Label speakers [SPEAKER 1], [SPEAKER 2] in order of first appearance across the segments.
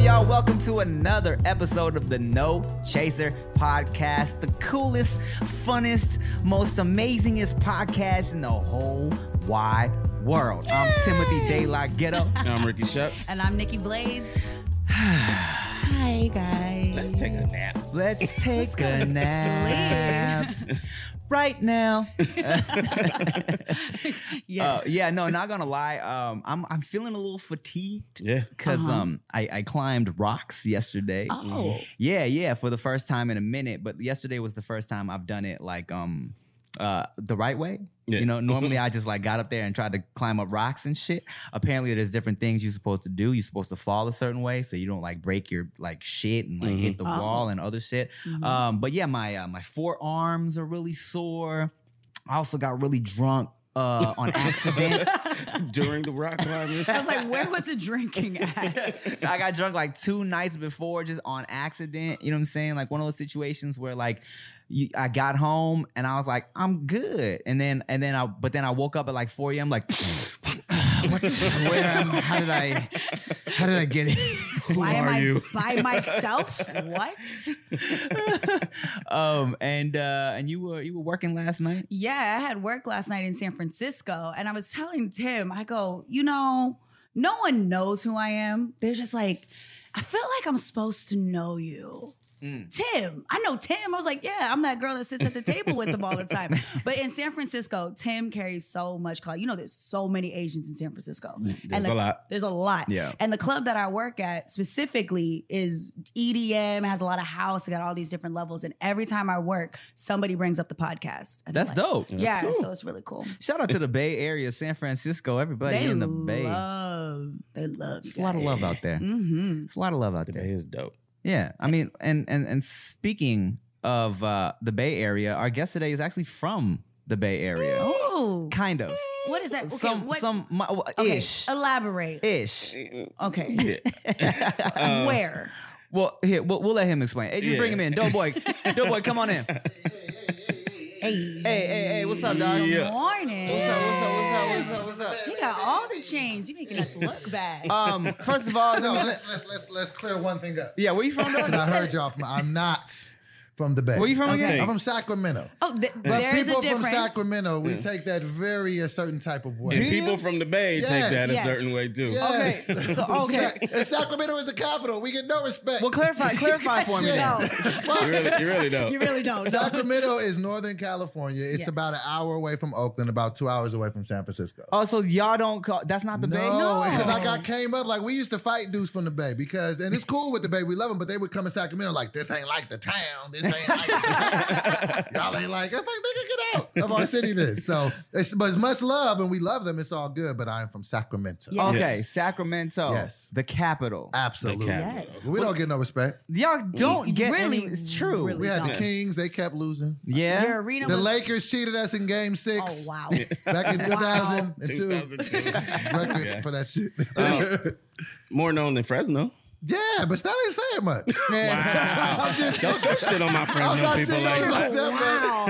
[SPEAKER 1] y'all. Welcome to another episode of the No Chaser Podcast, the coolest, funnest, most amazingest podcast in the whole wide world. I'm Timothy Daylight Ghetto.
[SPEAKER 2] I'm Ricky Shucks.
[SPEAKER 3] And I'm Nikki Blades. Hi, guys.
[SPEAKER 2] Let's take a nap.
[SPEAKER 1] Let's take a nap right now. Uh,
[SPEAKER 3] Yes.
[SPEAKER 2] Uh,
[SPEAKER 1] yeah, no, not gonna lie. Um, I'm I'm feeling a little fatigued.
[SPEAKER 2] Yeah.
[SPEAKER 1] Cause
[SPEAKER 3] Uh-huh.
[SPEAKER 1] um I, I climbed rocks yesterday.
[SPEAKER 3] Oh.
[SPEAKER 1] Yeah, yeah, for the first time in a minute. But yesterday was the first time I've done it like um uh the right way.
[SPEAKER 2] Yeah.
[SPEAKER 1] You know, normally I just like got up there and tried to climb up rocks and shit. Apparently there's different things you're supposed to do. You're supposed to fall a certain way so you don't like break your like shit and like hit the
[SPEAKER 3] Oh. Mm-hmm.
[SPEAKER 1] wall and other shit.
[SPEAKER 2] Mm-hmm.
[SPEAKER 1] Um but yeah, my uh, my forearms are really sore. I also got really drunk uh on accident.
[SPEAKER 2] During the rock climbing.
[SPEAKER 3] I was like, where was the drinking at?
[SPEAKER 1] I got drunk like two nights before just on accident. You know what I'm saying? Like one of those situations where like you, I got home and I was like, I'm good. And then and then I but then I woke up at like 4 a.m. like what, where am how did I how did I get here?
[SPEAKER 3] Why am
[SPEAKER 2] are
[SPEAKER 3] I
[SPEAKER 2] you?
[SPEAKER 3] by myself? what?
[SPEAKER 1] um and uh and you were you were working last night?
[SPEAKER 3] Yeah, I had work last night in San Francisco, and I was telling Tim, I go, you know, no one knows who I am. They're just like, I feel like I'm supposed to know you.
[SPEAKER 1] Mm.
[SPEAKER 3] Tim, I know Tim. I was like, yeah, I'm that girl that sits at the table with them all the time. But in San Francisco, Tim carries so much clout. You know, there's so many Asians in San Francisco.
[SPEAKER 2] There's
[SPEAKER 3] the-
[SPEAKER 2] a lot.
[SPEAKER 3] There's a lot.
[SPEAKER 1] Yeah.
[SPEAKER 3] And the club that I work at specifically is EDM, has a lot of house, it got all these different levels. And every time I work, somebody brings up the podcast. And they're
[SPEAKER 1] That's
[SPEAKER 3] like-
[SPEAKER 1] dope.
[SPEAKER 3] Yeah,
[SPEAKER 2] Cool.
[SPEAKER 3] so it's really cool.
[SPEAKER 1] Shout out to the Bay Area, San Francisco, everybody
[SPEAKER 3] they
[SPEAKER 1] in the Bay.
[SPEAKER 3] love, they love.
[SPEAKER 1] It's a lot of love out there.
[SPEAKER 3] Mm-hmm.
[SPEAKER 1] It's a lot of love out
[SPEAKER 2] The
[SPEAKER 1] there.
[SPEAKER 2] bay is dope.
[SPEAKER 1] Yeah, I mean, and and and speaking of uh, the Bay Area, our guest today is actually from the Bay Area,
[SPEAKER 3] Oh,
[SPEAKER 1] kind of.
[SPEAKER 3] what is that? Okay,
[SPEAKER 1] some
[SPEAKER 3] what,
[SPEAKER 1] some mi- well,
[SPEAKER 3] okay,
[SPEAKER 1] ish
[SPEAKER 3] Elaborate.
[SPEAKER 1] ish.
[SPEAKER 3] okay,
[SPEAKER 2] Uh,
[SPEAKER 3] where?
[SPEAKER 1] Well, here we'll, we'll let him explain. Hey, just bring him
[SPEAKER 2] Yeah.
[SPEAKER 1] in, Doughboy. Doughboy, come on in. Hey,
[SPEAKER 3] Hey,
[SPEAKER 1] hey, hey, what's up, dog?
[SPEAKER 2] Yeah.
[SPEAKER 3] Good morning.
[SPEAKER 1] What's up? What's up? What's up? What's up? What's
[SPEAKER 3] You got all the change. You making us look bad.
[SPEAKER 1] up? Um, first of all, let
[SPEAKER 4] No,
[SPEAKER 1] me-
[SPEAKER 4] let's let's let's let's clear one thing up.
[SPEAKER 1] yeah, where you from? Dog?
[SPEAKER 4] 'Cause I heard y'all. From, I'm not from the Bay.
[SPEAKER 1] Where you from
[SPEAKER 2] Okay.
[SPEAKER 1] again?
[SPEAKER 4] I'm from Sacramento.
[SPEAKER 3] oh, th-
[SPEAKER 4] But
[SPEAKER 3] there is
[SPEAKER 4] people
[SPEAKER 3] a difference.
[SPEAKER 4] from Sacramento, we take that very a certain type of
[SPEAKER 2] And
[SPEAKER 4] way.
[SPEAKER 2] people from the bay
[SPEAKER 4] Yes.
[SPEAKER 2] take that
[SPEAKER 3] Yes.
[SPEAKER 2] a certain way too.
[SPEAKER 4] Yes.
[SPEAKER 1] Okay, so- okay.
[SPEAKER 4] Sac- and Sacramento is the capital. We get no respect.
[SPEAKER 1] Well, clarify, clarify for me.
[SPEAKER 4] Shit.
[SPEAKER 1] then.
[SPEAKER 2] You
[SPEAKER 4] Fuck.
[SPEAKER 2] really, you really don't.
[SPEAKER 3] You really don't. know.
[SPEAKER 4] Sacramento is Northern California. It's
[SPEAKER 3] Yes.
[SPEAKER 4] about an hour away from Oakland, about two hours away from San Francisco.
[SPEAKER 1] Oh, so y'all don't call? That's not the Bay.
[SPEAKER 4] No, because
[SPEAKER 3] No.
[SPEAKER 4] like I came up like we used to fight dudes from the Bay because and it's cool with the Bay, we love them, but they would come in Sacramento like this ain't like the town, this ain't like the town. y'all ain't like it's like nigga get out of our city. This so it's but it's much love and we love them. It's all good, but I am from Sacramento.
[SPEAKER 3] Yeah.
[SPEAKER 1] Okay,
[SPEAKER 2] Yes.
[SPEAKER 1] Sacramento,
[SPEAKER 4] Yes.
[SPEAKER 1] the capital.
[SPEAKER 4] Absolutely,
[SPEAKER 2] The
[SPEAKER 3] capital. Yes.
[SPEAKER 4] we don't get no respect.
[SPEAKER 1] Y'all don't get
[SPEAKER 3] Really,
[SPEAKER 1] any- It's true.
[SPEAKER 3] really
[SPEAKER 4] We had the
[SPEAKER 3] don't.
[SPEAKER 4] Kings, they kept losing.
[SPEAKER 3] Your
[SPEAKER 1] Yeah.
[SPEAKER 3] arena
[SPEAKER 4] The
[SPEAKER 3] was.
[SPEAKER 4] Lakers cheated us in Game
[SPEAKER 3] oh
[SPEAKER 4] Six
[SPEAKER 3] wow.
[SPEAKER 4] back in two thousand and two.
[SPEAKER 2] 2002.
[SPEAKER 4] Record
[SPEAKER 2] Yeah.
[SPEAKER 4] for that shit.
[SPEAKER 2] Um, More known than Fresno.
[SPEAKER 4] yeah, but that ain't saying much. I'm just
[SPEAKER 2] Don't do shit on my
[SPEAKER 4] I'm
[SPEAKER 2] Fresno
[SPEAKER 4] not
[SPEAKER 2] people
[SPEAKER 4] saying
[SPEAKER 2] like that.
[SPEAKER 4] nothing like that,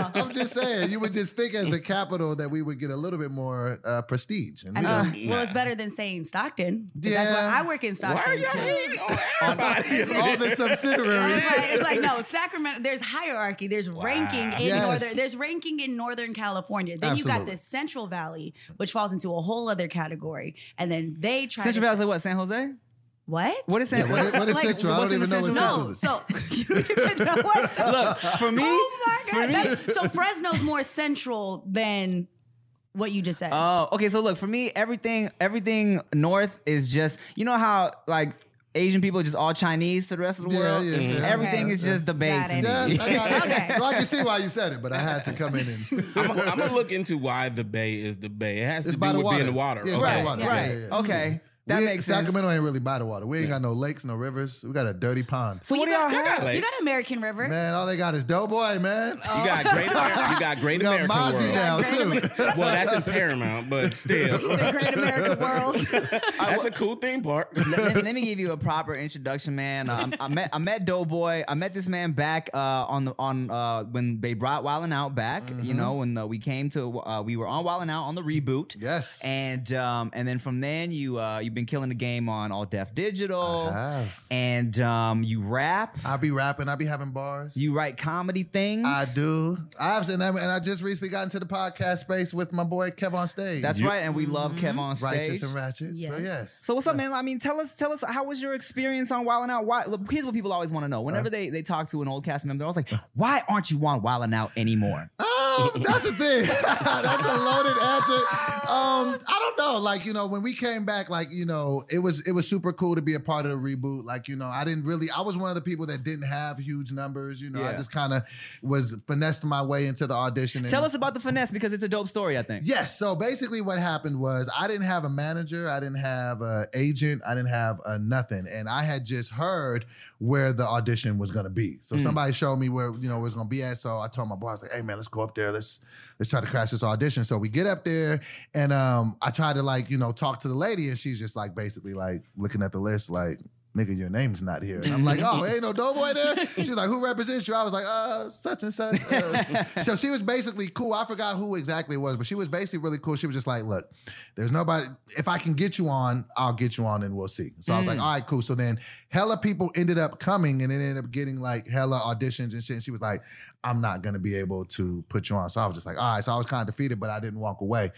[SPEAKER 3] Wow.
[SPEAKER 4] but I'm just saying you would just think as the capital that we would get a little bit more uh, prestige. And we
[SPEAKER 3] And, uh,
[SPEAKER 4] don't.
[SPEAKER 3] well, it's better than saying Stockton. 'cause That's
[SPEAKER 4] Yeah.
[SPEAKER 3] why I work in Stockton.
[SPEAKER 2] Why are y'all
[SPEAKER 3] too.
[SPEAKER 2] hating on everybody?
[SPEAKER 4] all the
[SPEAKER 3] Right,
[SPEAKER 4] subsidiaries.
[SPEAKER 3] It's like no Sacramento. There's hierarchy. There's ranking in
[SPEAKER 4] Yes.
[SPEAKER 3] northern. There's ranking in Northern California. Then you got
[SPEAKER 4] Absolutely.
[SPEAKER 3] the Central Valley, which falls into a whole other category. And then they try.
[SPEAKER 1] Central
[SPEAKER 3] to,
[SPEAKER 1] Valley's like what? San Jose?
[SPEAKER 3] What?
[SPEAKER 1] What is San
[SPEAKER 4] Yeah, what is, what is
[SPEAKER 3] Like,
[SPEAKER 4] Central? I
[SPEAKER 1] what's
[SPEAKER 4] don't
[SPEAKER 1] in
[SPEAKER 4] even
[SPEAKER 1] the
[SPEAKER 4] know what Central
[SPEAKER 3] No.
[SPEAKER 4] is.
[SPEAKER 3] So you don't even know what Central-
[SPEAKER 1] Look, for me.
[SPEAKER 3] Oh my
[SPEAKER 1] for
[SPEAKER 3] god!
[SPEAKER 1] me-
[SPEAKER 3] That- so Fresno's more central than what you just said.
[SPEAKER 1] Oh, okay. So look, for me, everything everything north is just you know how like Asian people are just all Chinese to the rest of the
[SPEAKER 4] Yeah,
[SPEAKER 1] world?
[SPEAKER 4] yeah, yeah.
[SPEAKER 1] Everything
[SPEAKER 3] Okay.
[SPEAKER 1] is just the bay
[SPEAKER 3] Got
[SPEAKER 1] to
[SPEAKER 3] it.
[SPEAKER 1] me.
[SPEAKER 4] Yeah, I got it.
[SPEAKER 3] Okay.
[SPEAKER 4] Well, I can see why you said it, but I had to come in and.
[SPEAKER 2] I'm, I'm gonna look into why the bay is the bay. It has
[SPEAKER 4] It's
[SPEAKER 2] to
[SPEAKER 4] by
[SPEAKER 2] do
[SPEAKER 4] the
[SPEAKER 2] with
[SPEAKER 4] water.
[SPEAKER 2] being the water.
[SPEAKER 4] Yeah, it's by
[SPEAKER 2] okay.
[SPEAKER 4] the water. Yeah,
[SPEAKER 1] Right.
[SPEAKER 4] yeah, yeah.
[SPEAKER 1] Okay. That
[SPEAKER 4] we,
[SPEAKER 1] makes sense.
[SPEAKER 4] Sacramento ain't really by the water. We ain't got no lakes, no rivers. We got a dirty pond.
[SPEAKER 1] So what do
[SPEAKER 3] you
[SPEAKER 1] y'all
[SPEAKER 3] got,
[SPEAKER 1] have?
[SPEAKER 2] got
[SPEAKER 3] you got
[SPEAKER 2] lakes.
[SPEAKER 3] American River.
[SPEAKER 4] Man, all they got is Doughboy, man.
[SPEAKER 1] Oh.
[SPEAKER 2] You got great. Amer- You got great
[SPEAKER 4] We got
[SPEAKER 2] American
[SPEAKER 4] Mozzie
[SPEAKER 2] world.
[SPEAKER 4] now, too.
[SPEAKER 2] Well, that's in Paramount, but still,
[SPEAKER 3] The Great American World.
[SPEAKER 2] that's a cool theme park.
[SPEAKER 1] let, let- let me give you a proper introduction, man. Uh, I, I met I met Doughboy. I met this man back uh, on the on uh, when they brought Wildin' Out back. You know, when uh, we came to uh, we were on Wildin' Out on the reboot.
[SPEAKER 4] Yes.
[SPEAKER 1] And um, and then from then you uh, you you've been killing the game on All Deaf Digital,
[SPEAKER 4] have.
[SPEAKER 1] and um, you rap.
[SPEAKER 4] I be rapping. I be having bars.
[SPEAKER 1] You write comedy things.
[SPEAKER 4] I do. I've seen them, and I just recently got into the podcast space with my boy Kev on stage.
[SPEAKER 1] That's
[SPEAKER 2] You-
[SPEAKER 1] right, and we love Kev on stage.
[SPEAKER 4] Mm-hmm. righteous and ratchet. So
[SPEAKER 3] Yes.
[SPEAKER 4] yes,
[SPEAKER 1] So what's up, man? I mean, tell us, tell us, how was your experience on Wild 'N Out? Why? Look, here's what people always want to know. Whenever
[SPEAKER 4] Uh-huh.
[SPEAKER 1] they they talk to an old cast member, they're always like, "Why aren't you on Wild 'N Out anymore?"
[SPEAKER 4] Oh, that's the thing. that's a loaded answer. Um, I don't know. Like you know, when we came back, like you know, it was it was super cool to be a part of the reboot. Like you know, I didn't really. I was one of the people that didn't have huge numbers. You know, I
[SPEAKER 1] Yeah.
[SPEAKER 4] just kind of was finessed my way into the audition. and-
[SPEAKER 1] Tell us about the finesse because it's a dope story. I think.
[SPEAKER 4] Yes. So basically, what happened was I didn't have a manager, I didn't have an agent, I didn't have a nothing, and I had just heard where the audition was gonna be. So somebody showed me where you know it was gonna be at. So I told my boss like, "Hey man, let's go up there. Let's let's try to crash this audition." So we get up there, and um, I tried to like you know talk to the lady, and she's just like basically like looking at the list like. Nigga, your name's not here. And I'm like, oh, ain't no doughboy there. She's like, who represents you? I was like, uh, such and such. uh. so she was basically cool. I forgot who exactly it was, but she was basically really cool. She was just like, look, there's nobody. If I can get you on, I'll get you on, and we'll see. So I was like, all right, cool. So then, hella people ended up coming, and it ended up getting like hella auditions and shit. And she was like, I'm not gonna be able to put you on. So I was just like, all right. So I was kind of defeated, but I didn't walk away.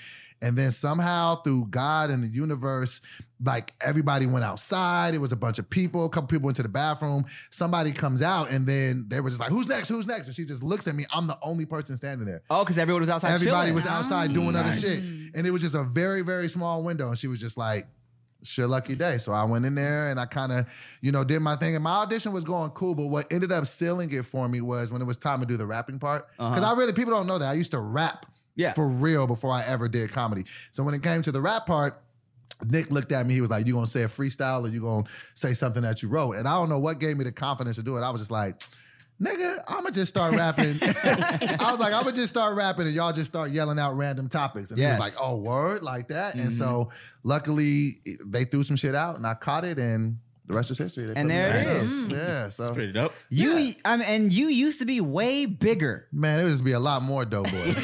[SPEAKER 4] And then somehow through God and the universe, like everybody went outside. It was a bunch of people. A couple people went to the bathroom. Somebody comes out, and then they were just like, "Who's next? Who's next?" And she just looks at me. I'm the only person standing there.
[SPEAKER 1] Oh, because everyone was outside.
[SPEAKER 4] Everybody
[SPEAKER 1] chilling.
[SPEAKER 4] was outside doing
[SPEAKER 2] Nice.
[SPEAKER 4] other shit. And it was just a very, very small window. And she was just like, sure, lucky day. So I went in there and I kind of, you know, did my thing. And my audition was going cool. But what ended up sealing it for me was when it was time to do the rapping part. Because I really, people don't know that. I used to rap
[SPEAKER 1] Yeah.
[SPEAKER 4] for real before I ever did comedy. So when it came to the rap part, Nick looked at me. He was like, "You gonna say a freestyle or you gonna say something that you wrote?" And I don't know what gave me the confidence to do it. I was just like, "Nigga, I'ma just start rapping." I was like, "I'ma just start rapping," and y'all just start yelling out random topics. And
[SPEAKER 1] Yes.
[SPEAKER 4] he was like, "Oh, word like that." And so, luckily, they threw some shit out, and I caught it, and the rest is history. They put
[SPEAKER 1] And
[SPEAKER 4] me
[SPEAKER 1] there
[SPEAKER 4] back
[SPEAKER 1] it
[SPEAKER 4] up.
[SPEAKER 1] is. Mm.
[SPEAKER 4] Yeah. So.
[SPEAKER 2] Pretty dope.
[SPEAKER 1] You, I mean, and you used to be way bigger.
[SPEAKER 4] Man, it would just be a lot more dope boy.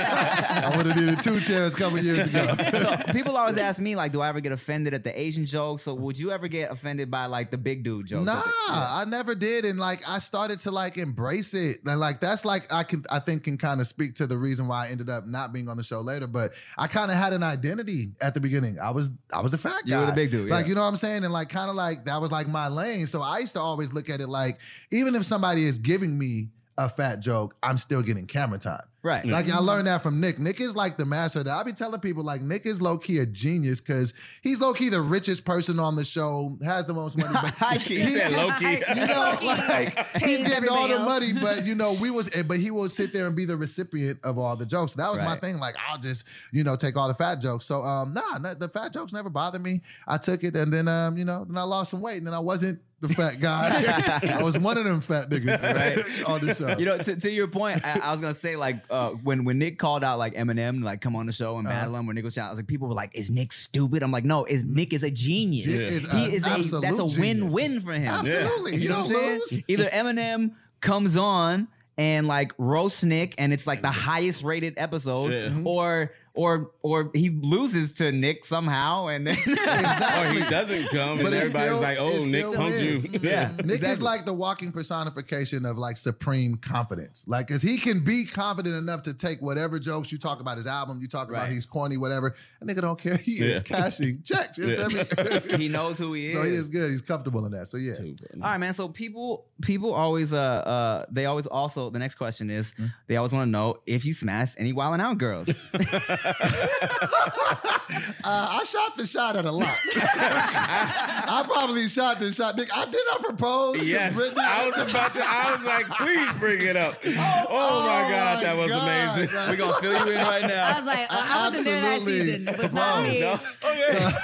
[SPEAKER 4] I would have needed two chairs a couple years ago.
[SPEAKER 1] So people always ask me, like, do I ever get offended at the Asian jokes? So would you ever get offended by like the big dude jokes?
[SPEAKER 4] Nah, I never did, and like I started to like embrace it, and like that's like I can I think can kind of speak to the reason why I ended up not being on the show later. But I kind of had an identity at the beginning. I was I was the fat
[SPEAKER 1] You
[SPEAKER 4] guy,
[SPEAKER 1] were the big dude,
[SPEAKER 4] like
[SPEAKER 1] yeah.
[SPEAKER 4] you know what I'm saying, and like kind of like that was like my lane. So I used to always look at it like even if somebody is giving me a fat joke, I'm still getting camera time.
[SPEAKER 1] Right.
[SPEAKER 4] Like I learned that from Nick. Nick is like the master. of That I be telling people like Nick is low key a genius because he's low key the richest person on the show, has the most money. But
[SPEAKER 1] I can't.
[SPEAKER 2] He said low-key.
[SPEAKER 4] you know,
[SPEAKER 3] Low-key.
[SPEAKER 4] like he's
[SPEAKER 3] Pays
[SPEAKER 4] getting all
[SPEAKER 3] everybody
[SPEAKER 4] the
[SPEAKER 3] else.
[SPEAKER 4] money, but you know, we was, but he will sit there and be the recipient of all the jokes. That was my
[SPEAKER 1] Right.
[SPEAKER 4] thing. Like I'll just, you know, take all the fat jokes. So, um, nah, nah, the fat jokes never bothered me. I took it, and then, um, you know, then I lost some weight, and then I wasn't the fat guy. I was one of them fat niggas
[SPEAKER 1] Right.
[SPEAKER 4] on the show.
[SPEAKER 1] You know, to, to your point, I, I was gonna say like uh, when when Nick called out like Eminem to like come on the show and
[SPEAKER 4] Uh-huh.
[SPEAKER 1] battle him, or Nick was shouting, I was like, people were like, "Is Nick stupid?" I'm like, "No, is Nick is a genius.
[SPEAKER 4] Nick is
[SPEAKER 1] he
[SPEAKER 4] a
[SPEAKER 1] is a
[SPEAKER 4] absolute
[SPEAKER 1] that's a
[SPEAKER 4] genius.
[SPEAKER 1] win-win for him.
[SPEAKER 4] Absolutely,
[SPEAKER 1] You,
[SPEAKER 4] you,
[SPEAKER 1] know
[SPEAKER 4] don't
[SPEAKER 1] what I'm saying?
[SPEAKER 4] lose.
[SPEAKER 1] Either Eminem comes on and like roasts Nick, and it's like the highest rated episode,
[SPEAKER 2] Yeah.
[SPEAKER 1] or or or he loses to Nick somehow, and then
[SPEAKER 2] Or
[SPEAKER 4] Exactly.
[SPEAKER 2] he doesn't come,
[SPEAKER 4] But
[SPEAKER 2] and
[SPEAKER 4] it
[SPEAKER 2] everybody's
[SPEAKER 4] still-
[SPEAKER 2] like,
[SPEAKER 4] it
[SPEAKER 2] "Oh, Nick
[SPEAKER 4] still
[SPEAKER 2] punked
[SPEAKER 4] is.
[SPEAKER 2] you."
[SPEAKER 1] yeah,
[SPEAKER 4] Nick is
[SPEAKER 1] exactly.
[SPEAKER 4] like the walking personification of like supreme confidence. Like, cause he can be confident enough to take whatever jokes you talk about his album, you talk about
[SPEAKER 1] Right.
[SPEAKER 4] he's corny, whatever. A nigga don't care. He is
[SPEAKER 2] Yeah.
[SPEAKER 4] cashing checks. You
[SPEAKER 2] Yeah.
[SPEAKER 4] understand me?
[SPEAKER 1] he knows who he is.
[SPEAKER 4] so he is good. He's comfortable in that. So yeah.
[SPEAKER 1] All right, man. So people, people always, uh, uh, they always also. The next question is, they always want to know if you smashed any Wild 'N Out girls.
[SPEAKER 4] Uh, I shot the shot at a lot. I probably shot the shot. Nick, I did not propose.
[SPEAKER 2] Yes,
[SPEAKER 4] to Brittany.
[SPEAKER 2] I was about to. I was like, "Please bring it up." Oh, my God, that was
[SPEAKER 4] God.
[SPEAKER 2] amazing.
[SPEAKER 1] We're gonna fill you in right
[SPEAKER 3] I
[SPEAKER 1] now.
[SPEAKER 3] was like, uh, I wasn't there that
[SPEAKER 4] Absolutely.
[SPEAKER 3] season. It was not
[SPEAKER 4] Wow.
[SPEAKER 3] me.
[SPEAKER 2] No.